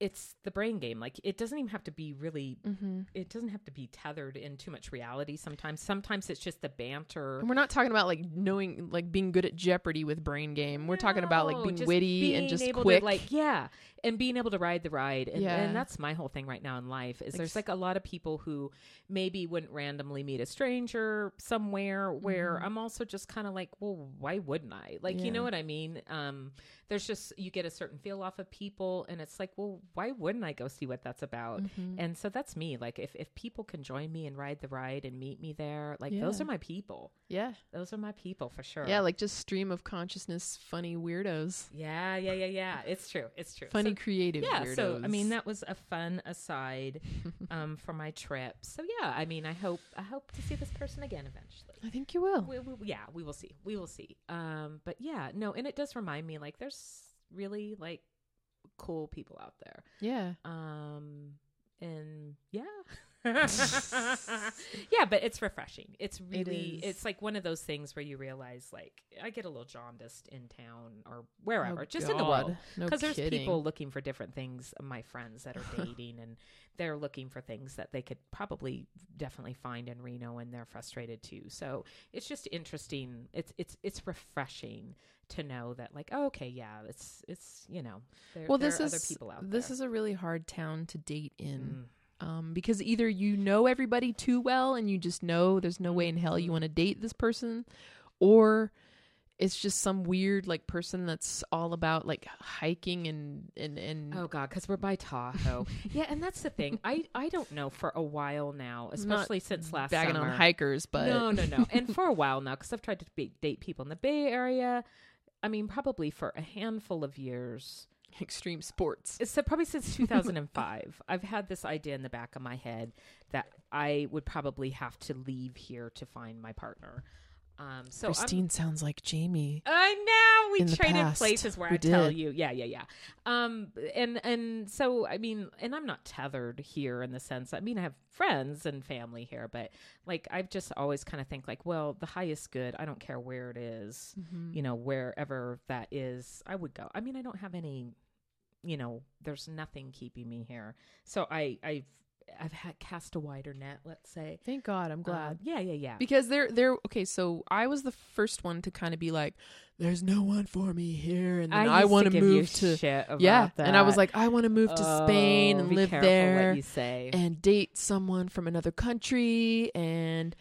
it's the brain game. Like, it doesn't even have to be really.
mm-hmm.
It doesn't have to be tethered in too much reality. Sometimes, sometimes it's just the banter.
And we're not talking about like knowing, like being good at Jeopardy with brain game. We're talking about like
No,
being
just
witty and
being
just
able to,
quick.
like yeah, and being able to ride the ride. And,
Yeah.
and that's my whole thing right now in life is
Like
there's
s-
like a lot of people who maybe wouldn't randomly meet a stranger somewhere where I'm also just kind of like, well, why wouldn't I? Like, you
Mm-hmm. Yeah.
know what I mean? Um, there's just you get a certain feel off of people, and it's like, well, why wouldn't I go see what that's about?
Mhm.
And so that's me. Like, if if people can join me and ride the ride and meet me there, like those
Yeah.
are my people.
yeah,
Those are my people for sure.
yeah, like just stream of consciousness, funny weirdos,
Yeah, yeah, yeah, yeah. It's true. It's true.
funny
So-
creative.
yeah.
weirdos.
So I mean, that was a fun aside um, for my trip. So yeah, I mean, I hope I hope to see this person again eventually.
I think you will.
We, we, yeah, we will see. We will see. Um, but yeah, no, and it does remind me like there's really like cool people out there.
Yeah,
Um, and yeah. yeah, but it's refreshing. It's really
is.
it's like one of those things where you realize like I get a little jaundiced in town or wherever,
Oh,
just in the world
God. No
because there's
kidding.
people looking for different things uh, my friends that are dating and they're looking for things that they could probably definitely find in reno and they're frustrated too so it's just interesting it's it's it's refreshing to know that like oh, okay yeah it's it's you know there,
Well,
there
this
are
is
other people out
this
there.
is a really hard town to date in.
Mm.
um, because either you know everybody too well and you just know there's no way in hell you want to date this person, or it's just some weird like person that's all about like hiking and and and
Oh God, because we're by Tahoe. yeah, and that's the thing. I I don't know for a while now, especially since last
bagging
summer.
on hikers, but
no, no, no. and for a while now, because I've tried to be, date people in the Bay Area. I mean, probably for a handful of years.
extreme sports.
So probably since 2005, I've had this idea in the back of my head that I would probably have to leave here to find my partner. Um, so I'm-
Christine sounds like Jamie.
I know Uh, we
in the
traded
past.
places where
We
I tell
did.
you, yeah, yeah, yeah. Um, and and so I mean, and I'm not tethered here in the sense. I mean, I have friends and family here, but like I've just always kind of think like, well, the highest good. I don't care where it is,
Mm-hmm.
you know, wherever that is, I would go. I mean, I don't have any, you know, there's nothing keeping me here. So I I've I've had cast a wider net, let's say.
Thank God, I'm glad.
Um, yeah, yeah, yeah.
because they're they're okay. So I was the first one to kind of be like, "There's no one for me here," and then I,
used
want to
give you
move to
shit about
yeah. And I was
that.
like, "I want to move to Spain
Oh,
and
be
live
careful
there."
What you say.
and date someone from another country and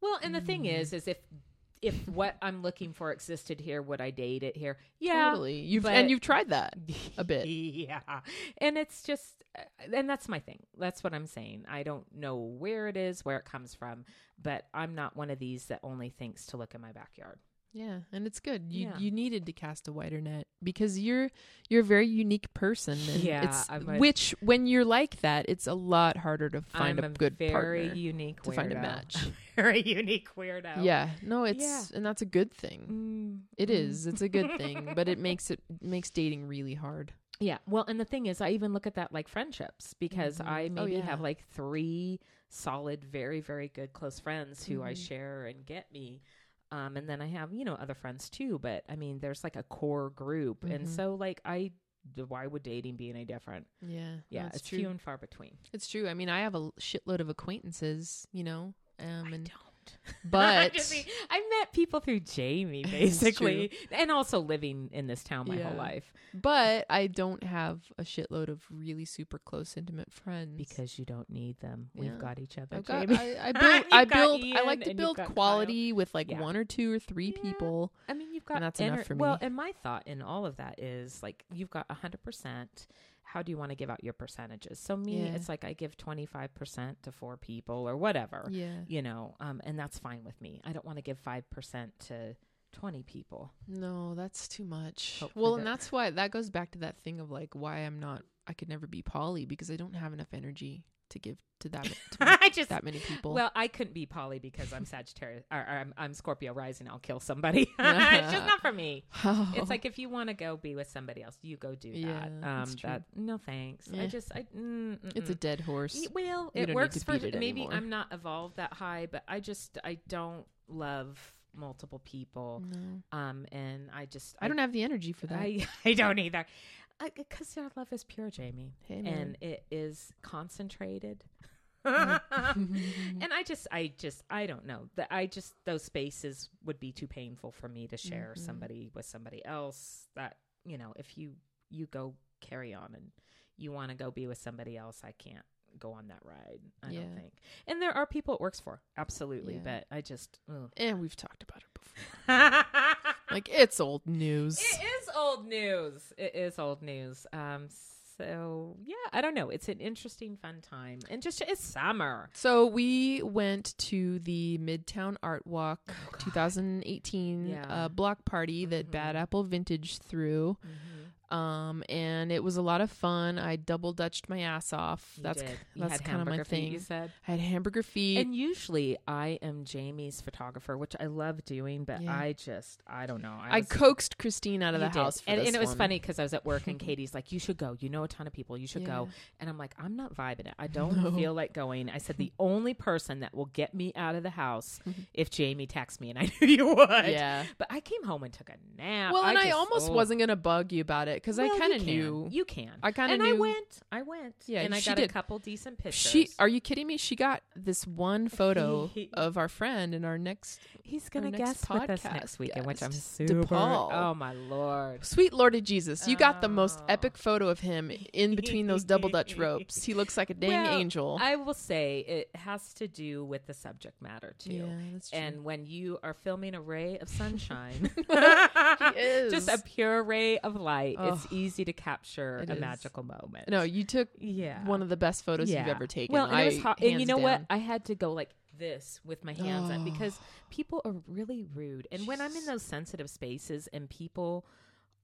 well, and the thing is, is if if what I'm looking for existed here, would I date it here? Yeah,
totally you've
but-
and you've tried that a bit
yeah, and it's just, uh, and that's my thing. That's what I'm saying. I don't know where it is, where it comes from, but I'm not one of these that only thinks to look in my backyard.
Yeah, and it's good. You
Yeah.
you needed to cast a wider net because you're you're a very unique person. And
Yeah,
it's,
I'm a-
which when you're like that, it's a lot harder to find
I'm
a, good
very
partner
unique
to find a
weirdo.
match.
very unique weirdo.
Oh. Yeah, Mm-hmm. no, it's
Yeah.
and that's a good thing.
Mm,
It
mm.
is. It's a good thing, but it makes it makes dating really hard.
Yeah. Well, and the thing is, I even look at that like friendships because
Mhm.
I
Oh,
maybe
yeah.
have like three solid, very, very good close friends who I
Mhm.
share and get me. Um, and then I have, you know, other friends too. But I mean, there's like a core group. And
Mhm.
so, like, I, d- why would dating be any different?
Yeah,
Yeah.
it's
it's
true.
few and far between.
It's true. I mean, I have a l- shitload of acquaintances, you know, um,
I
and
don't.
but
Just me- I met people through Jamie
It's
basically, and also living in this town my
Yeah.
whole life
but I don't have a shitload of really super close intimate friends
because you don't need them.
Yeah. Oh,
We've got each other.
I've got,
Jamie.
I, I build,
You've
I
got
build, I
Ian
like to
and you've
build
got Kyle.
quality with like
Yeah.
one or two or three
Yeah.
people.
I mean, you've got
And that's enough for
Well,
me.
and my thought in all of that is like you've got hundred percent. How do you want to give out your percentages? So me,
Yeah.
it's like I give twenty five percent to four people or whatever,
Yeah.
you know, um, and that's fine with me. I don't want to give five percent to twenty people.
No, that's too much.
Hopefully
well, and
that-
that's why that goes back to that thing of like why I'm not, I could never be poly because I don't have enough energy to give to that, to ma-
I just
that many people.
Well, I couldn't be Polly because I'm Sagittarius or, or I'm, I'm Scorpio rising. I'll kill somebody. it's just not for me.
Oh,
It's like if you want to go be with somebody else, you go do that.
Yeah,
um,
that's true.
that no thanks.
Yeah.
I just I mm, mm,
it's a
mm.
dead horse.
Y- well,
We don't need
it works
to
for
beat it
maybe
anymore.
I'm not evolved that high, but I just I don't love multiple people.
No.
Um, and I just
Mm. I don't have the energy for that.
I, I don't either. Because our love is pure, Jamie,
Hey, man.
and it is concentrated.
Mm.
and I just, I just, I don't know. That I just those spaces would be too painful for me to share
Mhm.
somebody with somebody else. That you know, if you you go carry on and you want to go be with somebody else, I can't go on that ride. I
Yeah.
don't think. And there are people it works for, absolutely.
Yeah.
But I just, ugh.
and we've talked about it before.
it
Like it's old news.
is old news. It is old news. Um. So yeah, I don't know. It's an interesting, fun time, and just it's summer.
So we went to the Midtown Art Walk 2018
Oh, Yeah.
uh, block party that
Mhm.
Bad Apple Vintage threw, um, and it was a lot of fun. I double dutched my ass off.
You
that's
did. You
that's
had
kind of my
hamburger feet,
thing.
You said.
I had hamburger feet.
And usually I am Jamie's photographer, which I love doing, but
Yeah.
I just I don't know.
I
was-
coaxed Christine out of
You
the
did.
house, for
and,
this
and it was
one.
funny because I was at work and Katie's like, "You should go. You know a ton of people. You should go." And I'm like, "I'm not vibing it. I don't
No.
feel like going." I said, "The only person that will get me out of the house if Jamie texts me," and I knew you would.
Yeah.
But I came home and took a nap.
Well, and I,
just-
almost
oh.
wasn't gonna bug you about it because
Well,
I
you
kind of
can.
knew.
you can.
I kinda
and I
knew-
went. I went.
Yeah,
and I
she
got
did.
a couple decent pictures.
She, are you kidding me? She got this one photo of our friend in our next
He's gonna
next
guest with us
podcast
next weekend, which I'm
guest,
super.
DePaul.
Oh my lord!
Sweet Lord of Jesus, you got the most
Oh.
epic photo of him in between those double Dutch ropes. He looks like a dang
Well,
angel.
I will say it has to do with the subject matter too.
that's
And when you are filming a ray of sunshine,
is.
just a pure ray of light,
Oh.
it's easy to capture
It
a
is.
magical moment.
no, you took
yeah,
one of the best photos you've
Yeah.
ever taken.
Well, and, it was
I-
hot. and you
hands
know what?
down.
I had to go like this with my hands up
Oh.
because people are really rude. And when I'm in
Jesus.
those sensitive spaces and people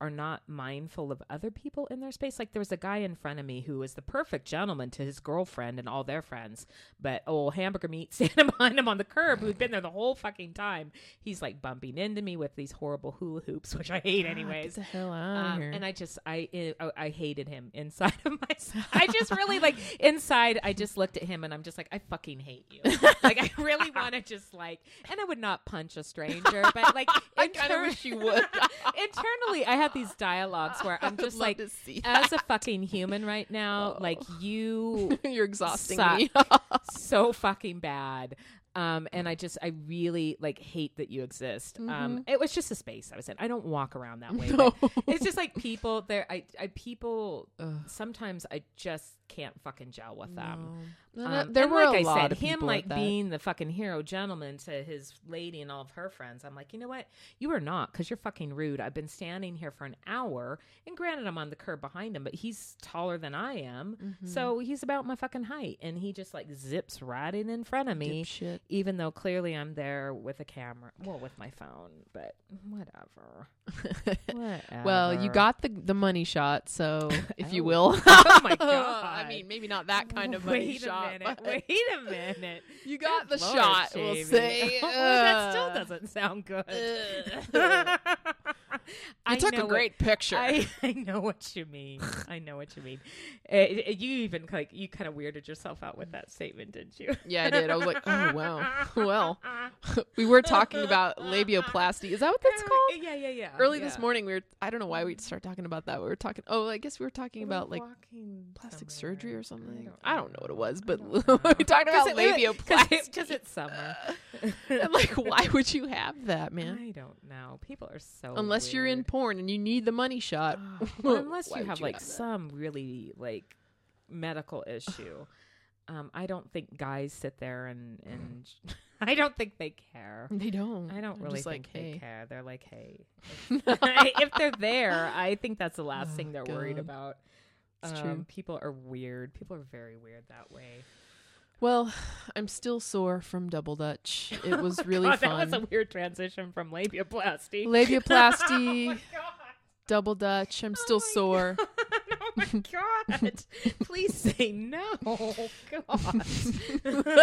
are not mindful of other people in their space, like there was a guy in front of me who was the perfect gentleman to his girlfriend and all their friends, but old hamburger meat standing behind him on the curb who'd been there the whole fucking time. He's like bumping into me with these horrible hula hoops, which I hate
God, get
anyways.
the hell out
Um,
Oh, here.
and I just I, I I hated him inside of myself. I just really like inside. I just looked at him and I'm just like I fucking hate you. like I really want to just like and I would not punch a stranger, but like
I kinda
inter-
wish you would.
internally, I had these dialogues where I'm
I would
just
love
like uh,
to see Oh.
as a fucking human right now, like you
you're exhausting
suck.
me.
so fucking bad. Um, and I just, I really like hate that you exist. Um, it was just a space I was in. I don't walk around that way.
Mm-hmm. No.
but It's just like people there. I, I people
Ugh.
sometimes I just can't fucking gel with them.
No. No, no,
Um,
Uh, there
and
were
like
a lot
I said,
of
him
people
like
at that.
being the fucking hero gentleman to his lady and all of her friends. I'm like, you know what? You are not because you're fucking rude. I've been standing here for an hour, and granted, I'm on the curb behind him, but he's taller than I am,
Mm-hmm.
so he's about my fucking height, and he just like zips right in in front of me,
Dipshit.
even though clearly I'm there with a camera, well, with my phone, but whatever. whatever.
Well, you got the the money shot, so if you will.
Oh my
I
God.
mean, maybe not that kind of money
Wait
shot.
a minute.
but
Wait a minute.
You got
Good
the
Lord,
shot.
Jamie.
We'll Uh. say.
Well, that still
Ugh.
doesn't sound good.
Ugh. Uh. You took
know
a
what-
great picture.
I, I know what you mean. I know what you mean. Uh, you even like you kind of weirded yourself out with that statement, didn't you?
yeah, I did. I was like, oh wow. well, we were talking about labioplasty. Is that what that's called?
Yeah, yeah, yeah.
Early
yeah.
this morning, we were. I don't know why we started talking about that. We were talking. Oh, I guess we were talking
We were
about like
walking
plastic
somewhere.
surgery or something. I don't,
don't
know what it was,
I
but
don't
we
know. uh,
talked about
Because
labioplasty.
it's summer.
I'm like, why would you have that, man?
I don't know. People are so
Unless you're in
weird.
porn and you need the money shot.
Well, unless
Why
you
would
have like
that?
some really like medical issue. um, I don't think guys sit there and and I don't think they care.
They don't.
I don't
I'm
really
just
think
like,
they
hey.
care. They're like, hey, if they're there, I think that's the last
Oh,
thing they're worried
God.
about. Um,
It's true.
People are weird. People are very weird that way.
Well, I'm still sore from double dutch. It was really
Oh God,
fun.
That was a weird transition from labiaplasty. oh my
Labioplasty,
God. Oh
double dutch. I'm still
my
sore.
oh my god! Please say no. God.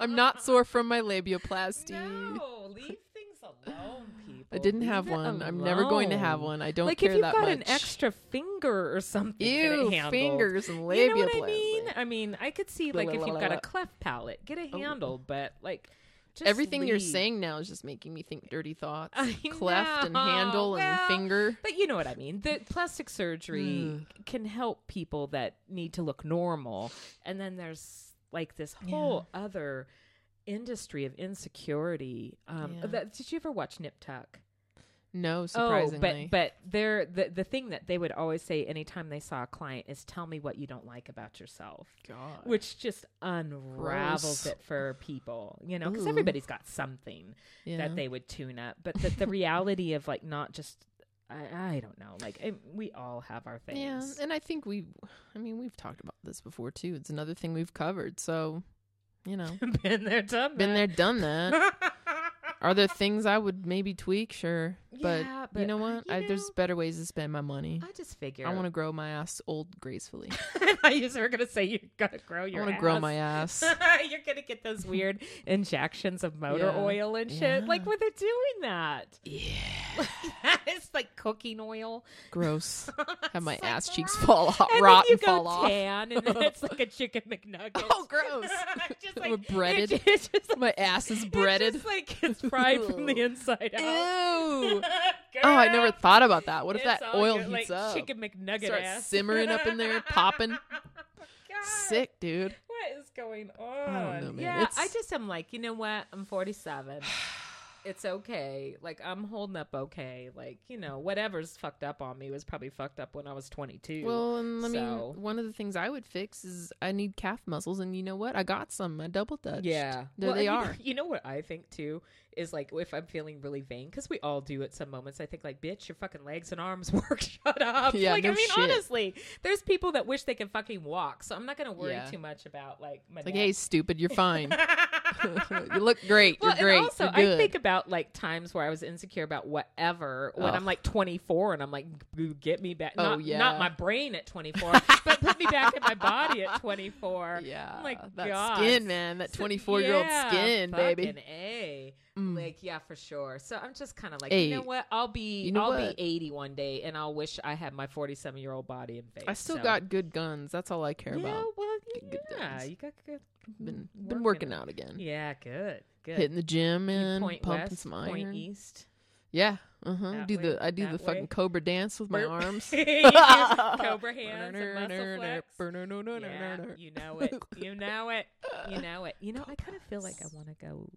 I'm not sore from my labioplasty.
no, leave things alone, people.
I didn't
Leave
have
it
one. I'm never going to have
alone.
one. I don't
like
care
if you've
that
got
much.
an extra finger or something. get it
Ew,
handled.
fingers and labioplasty.
You know what I mean? I mean, I could see like if you've got a
Blablabla.
cleft palate, get a
Oh.
handle, but like just
Everything you're
leave.
saying now is just making me think dirty thoughts.
I
Cleft and
know.
handle
Well,
and finger.
But you know what I mean. The plastic surgery can help people that need to look normal. And then there's like this whole other industry of insecurity. Um,
Yeah.
that- did you ever watch Nip Tuck?
No, surprisingly.
Oh, but but they're the the thing that they would always say anytime they saw a client is tell me what you don't like about yourself.
God.
Which just unravels
Gross.
it for people, you know, because
Ooh.
everybody's got something
yeah.
that they would tune up. But the, the reality of like not just I, I don't know, like it, we all have our
Yeah,
things.
and I think we, I mean, we've talked about this before too. It's another thing we've covered. So, you know,
Been there, done
been there, done that.
there.
Are there things I would maybe tweak? Sure, but,
Yeah,
you
but,
know
uh,
what?
you
I, there's
know-
better ways to spend my money.
I just figure
I want to grow my ass old gracefully.
to. I was were gonna say you gotta grow
I
your.
want to
ass.
grow my ass.
You're gonna get those weird injections of motor
Yeah.
oil and shit.
Yeah.
Like where they're doing that.
yeah,
it's like cooking oil.
gross. Have my
It's like,
ass cheeks
"Ah."
fall off,
and
Uh, rot,
then you
and fall
go
off.
tan, and then it's like a chicken McNugget.
Oh, gross.
just
We're
like, it
breaded.
ju- It's just like,
my ass is breaded.
It's just like it's fried from the
Ew.
inside
Ew.
out.
oh, I never thought about that. What if that oil heats
like,
up?
Chicken McNugget
Starts
ass.
simmering up in there, popping.
God,
Sick, dude.
What is going on?
know, man.
Yeah,
It's-
I just am like, you know what? I'm 47. It's okay. Like I'm holding up okay. Like you know, whatever's fucked up on me was probably fucked up when I was 22.
Well, and I mean,
So-
one of the things I would fix is I need calf muscles, and you know what? I got some. I double dutched.
Yeah,
there they
you know-
are.
you know what I think too is like if I'm feeling really vain because we all do at some moments. I think like, bitch, your fucking legs and arms work. Shut up.
Yeah,
like I
no
mean,
shit.
honestly, there's people that wish they could fucking walk. So I'm not gonna worry
Yeah.
too much about like my.
Like,
neck.
hey, stupid, you're fine. you look great.
Well,
you're great.
and also
you're
I
good.
think about like times where I was insecure about whatever when
Ugh.
I'm like 24 and I'm like, "Boo, get me back.
Oh,
not,
yeah.
not my brain at 24, but put me back in my body at 24.
yeah,
I'm like,
that
God,
skin, man, that
So-
24 year old
yeah,
skin, baby.
fucking A.
Mm.
Like, yeah, for sure. So I'm just kind of like, you know
Hey,
what? I'll be,
you know
I'll
what?
be 80 one day, and I'll wish I had my 47 year old body and face.
I still
So-
got good guns. That's all I care
Yeah,
about.
well,
Get good
yeah,
guns.
you got good.
Been been working out again.
Yeah, good, good.
Hitting the gym
You
and
point
pumping
west,
some iron.
point east.
Yeah. Uh huh.
That
Do
way,
the I do the
that
fucking
way.
cobra dance with my
Burp.
arms.
You do cobra hands and muscle flex. Yeah, you know it. You know it. You know it. You know, I kind of feel like I want to go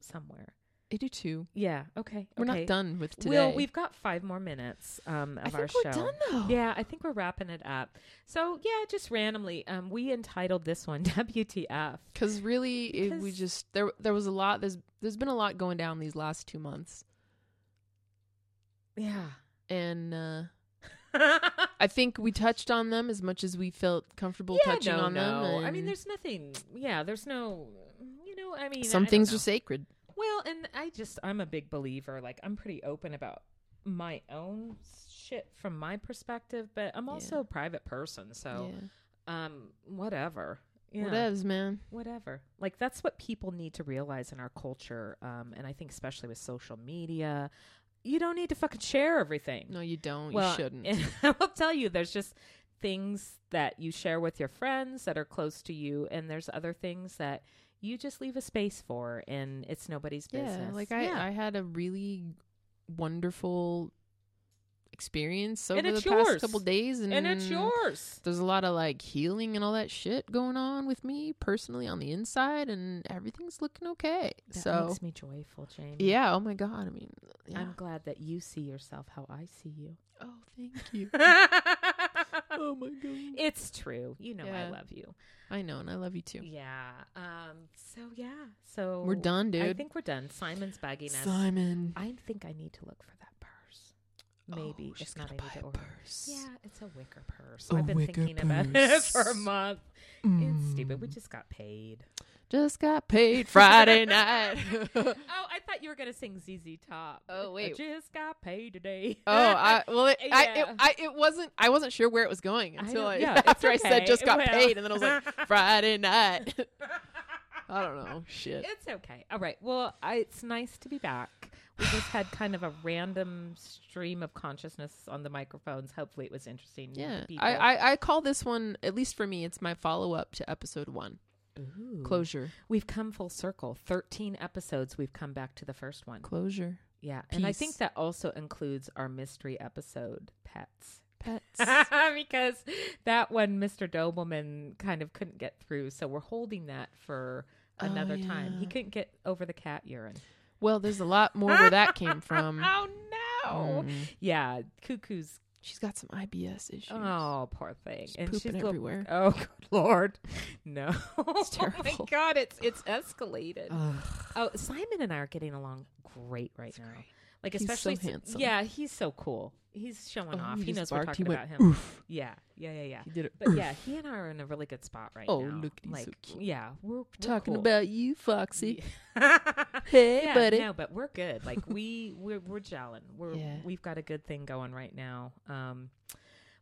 somewhere
I do too.
Yeah. Okay.
We're
okay.
not done with today.
Well, we've got five more minutes um, of
I
our
think
show.
we're done though.
Yeah, I think we're wrapping it up. So yeah, just randomly, um, we entitled this one "WTF."
Because really, it, we
Because-
just there there was a lot. There's there's been a lot going down these last two months,
Yeah.
and uh, I think we touched on them as much as we felt comfortable
yeah,
touching
no,
on
no.
them.
I mean,
and
there's nothing. Yeah, there's no. You know, I mean,
some
I don't
things
know.
are sacred.
Well, and I just I'm a big believer. Like I'm pretty open about my own shit from my perspective, but I'm
Yeah.
also a private person, so
Yeah.
um, whatever. Yeah.
Whatevs, man.
whatever like that's what people need to realize in our culture um and i think especially with social media you don't need to fucking share everything
No, you don't.
Well,
you shouldn't.
and i will tell you there's just things that you share with your friends that are close to you and there's other things that you just leave a space for and it's nobody's
yeah,
business
like I
Yeah.
I had a really wonderful experience over
And
the
it's
past
yours.
couple days, and,
and it's yours
There's a lot of like healing and all that shit going on with me personally on the inside, and everything's looking okay.
that
so
makes me joyful jamie
Yeah. Oh my God. I mean, yeah.
i'm glad that you see yourself how i see you
oh, thank you. oh my God.
it's true you know
Yeah.
i love you
I know, and I love you too.
Yeah. Um. So yeah. So
We're done, dude.
I think we're done. Simon's bugging us.
Simon.
I think I need to look for that purse. Maybe
Oh, she's
it's not
gonna
I
buy
need to
a
order.
purse.
Yeah, it's a wicker purse.
A
I've been
wicker
thinking about it
purse.
for a month. It's stupid. We
Mm.
just got paid.
Just got paid Friday night. oh,
Oh, I thought you were gonna sing ZZ Top.
Oh,
I
wait.
just got paid today.
I well, it, I, it,
Yeah.
I it wasn't. I wasn't sure where it was going
I
until
don't-
I,
yeah, it's
after I said
okay.
just got
Well.
paid, and then I was like Friday night. I don't know. Shit.
It's okay. All right. Well, I, it's nice to be back. We just had kind of a random stream of consciousness on the microphones. Hopefully, it was interesting. to
Yeah.
people.
I, I I call this one at least for me. It's my follow up to episode one
Ooh.
closure.
We've come full circle. Thirteen episodes. We've come back to the first one.
Closure.
Yeah, and I
Peace.
think that also includes our mystery episode, pets.
Pets.
because that one, Mr. Dobleman kind of couldn't get through, so we're holding that for
Oh,
another time. He
yeah.
couldn't get over the cat urine.
Well, there's a lot more where that came from.
Oh no!
Mm.
Yeah, cuckoo's
She's got some IBS issues.
Oh, poor thing.
She's pooping
little-
everywhere.
Oh, good lord. No. It's oh
terrible.
my god, it's it's escalated.
Ugh.
oh, Simon and I are getting along great right now. Like
He's so
especially s-
handsome.
Yeah, he's so cool. He's showing
Oh,
off.
he
He,
just
knows we're
barked. He
talking
went,
about him.
Oof.
Yeah. Yeah, yeah, yeah.
He did it.
But yeah, he and I are in a really good spot right
Oh,
now.
look, he's so
like,
cute.
Yeah, we're, we're
Talking
cool.
about you, Foxy.
Yeah.
Hey,
yeah,
buddy.
No, but we're good. Like we we're we're gelling. We're
Yeah.
we've got a good thing going right now. Um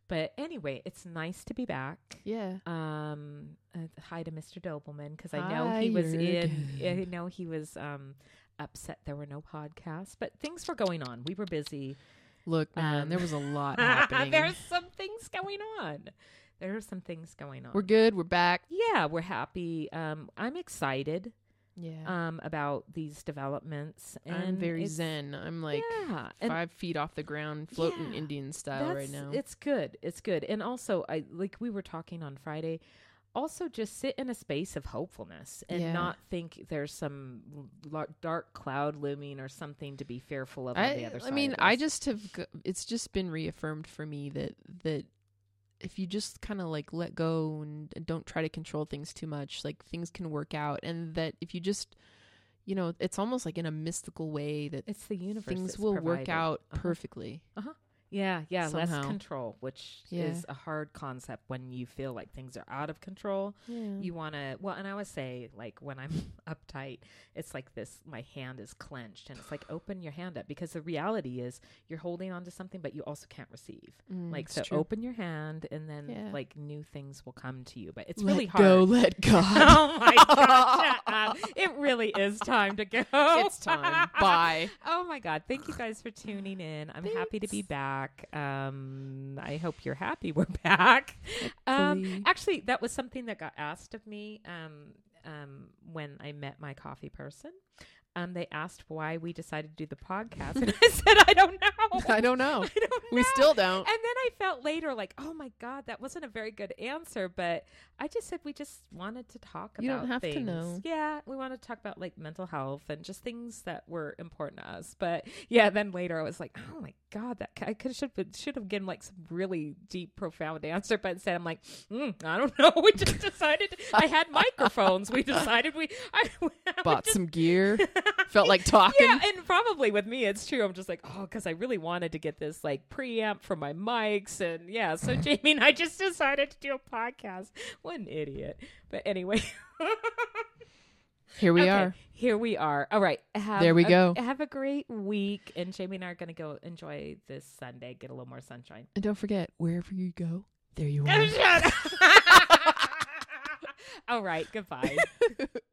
but anyway, it's nice to be back.
Yeah.
Um uh, hi to Mr. Dobleman cuz I know
Hi,
he was
you're
in
good.
I know he was um upset there were no podcasts, but things were going on. We were busy.
Look, man,
Um,
there was a lot happening.
There's some things going on. There are some things going on.
We're good. We're back.
yeah, we're happy. Um I'm excited
Yeah.
um about these developments and
I'm very
it's-
zen. I'm like
yeah, and
five feet off the ground, floating
Yeah.
Indian style right
that's-
now.
It's good. It's good. And also, I like we were talking on Friday. Also, just sit in a space of hopefulness and
Yeah.
not think there's some l- dark cloud looming or something to be fearful of on the
I,
other side.
I mean,
of
I
this.
just have. g- It's just been reaffirmed for me that that if you just kind of like let go and don't try to control things too much, like things can work out, and that if you just, you know, it's almost like in a mystical way that
it's the universe.
things
that's
will work
provided.
out
Uh-huh.
perfectly.
Yeah, yeah. Less
somehow.
control, which
Yeah.
is a hard concept when you feel like things are out of control.
Yeah.
You want to, well, and I always say, like, when I'm uptight, it's like this my hand is clenched, and it's like, open your hand up because the reality is you're holding on to something, but you also can't receive.
Mm.
like, so open your hand, and then,
Yeah.
like, new things will come to you. But it's
let
really
Go,
hard.
let God.
Oh my God. shut up. It really is time to go.
it's time. Bye.
Oh my God. Thank you guys for tuning in. I'm happy to be back. Um, I hope you're happy we're back.
Hopefully.
Um, actually, that was something that got asked of me um, um, when I met my coffee person. um, they asked why we decided to do the podcast, and I said, I don't know.
I don't know.
I don't
We
know.
still don't.
And then I felt later like, oh my god, that wasn't a very good answer. But I just said we just wanted to talk
You don't
about
have to
things.
know.
Yeah, we want to talk about like mental health and just things that were important to us. But yeah, then later I was like, oh my god, that I could should should have given like some really deep, profound answer, but instead I'm like, mm, I don't know. We just decided I had microphones. We decided we I, we
Bought
just-
some gear. Felt like talking.
yeah, and probably with me, it's true. I'm just like, oh, because I really wanted to get this like preamp for my mics, and yeah. So Jamie and I just decided to do a podcast. What an idiot! But anyway,
Here we
okay,
are.
Here we are. All right. Have
There we
a-
go.
Have a great week, and Jamie and I are going to go enjoy this Sunday, get a little more sunshine.
And don't forget, wherever you go, there you
Shut up. All right. Goodbye.
are.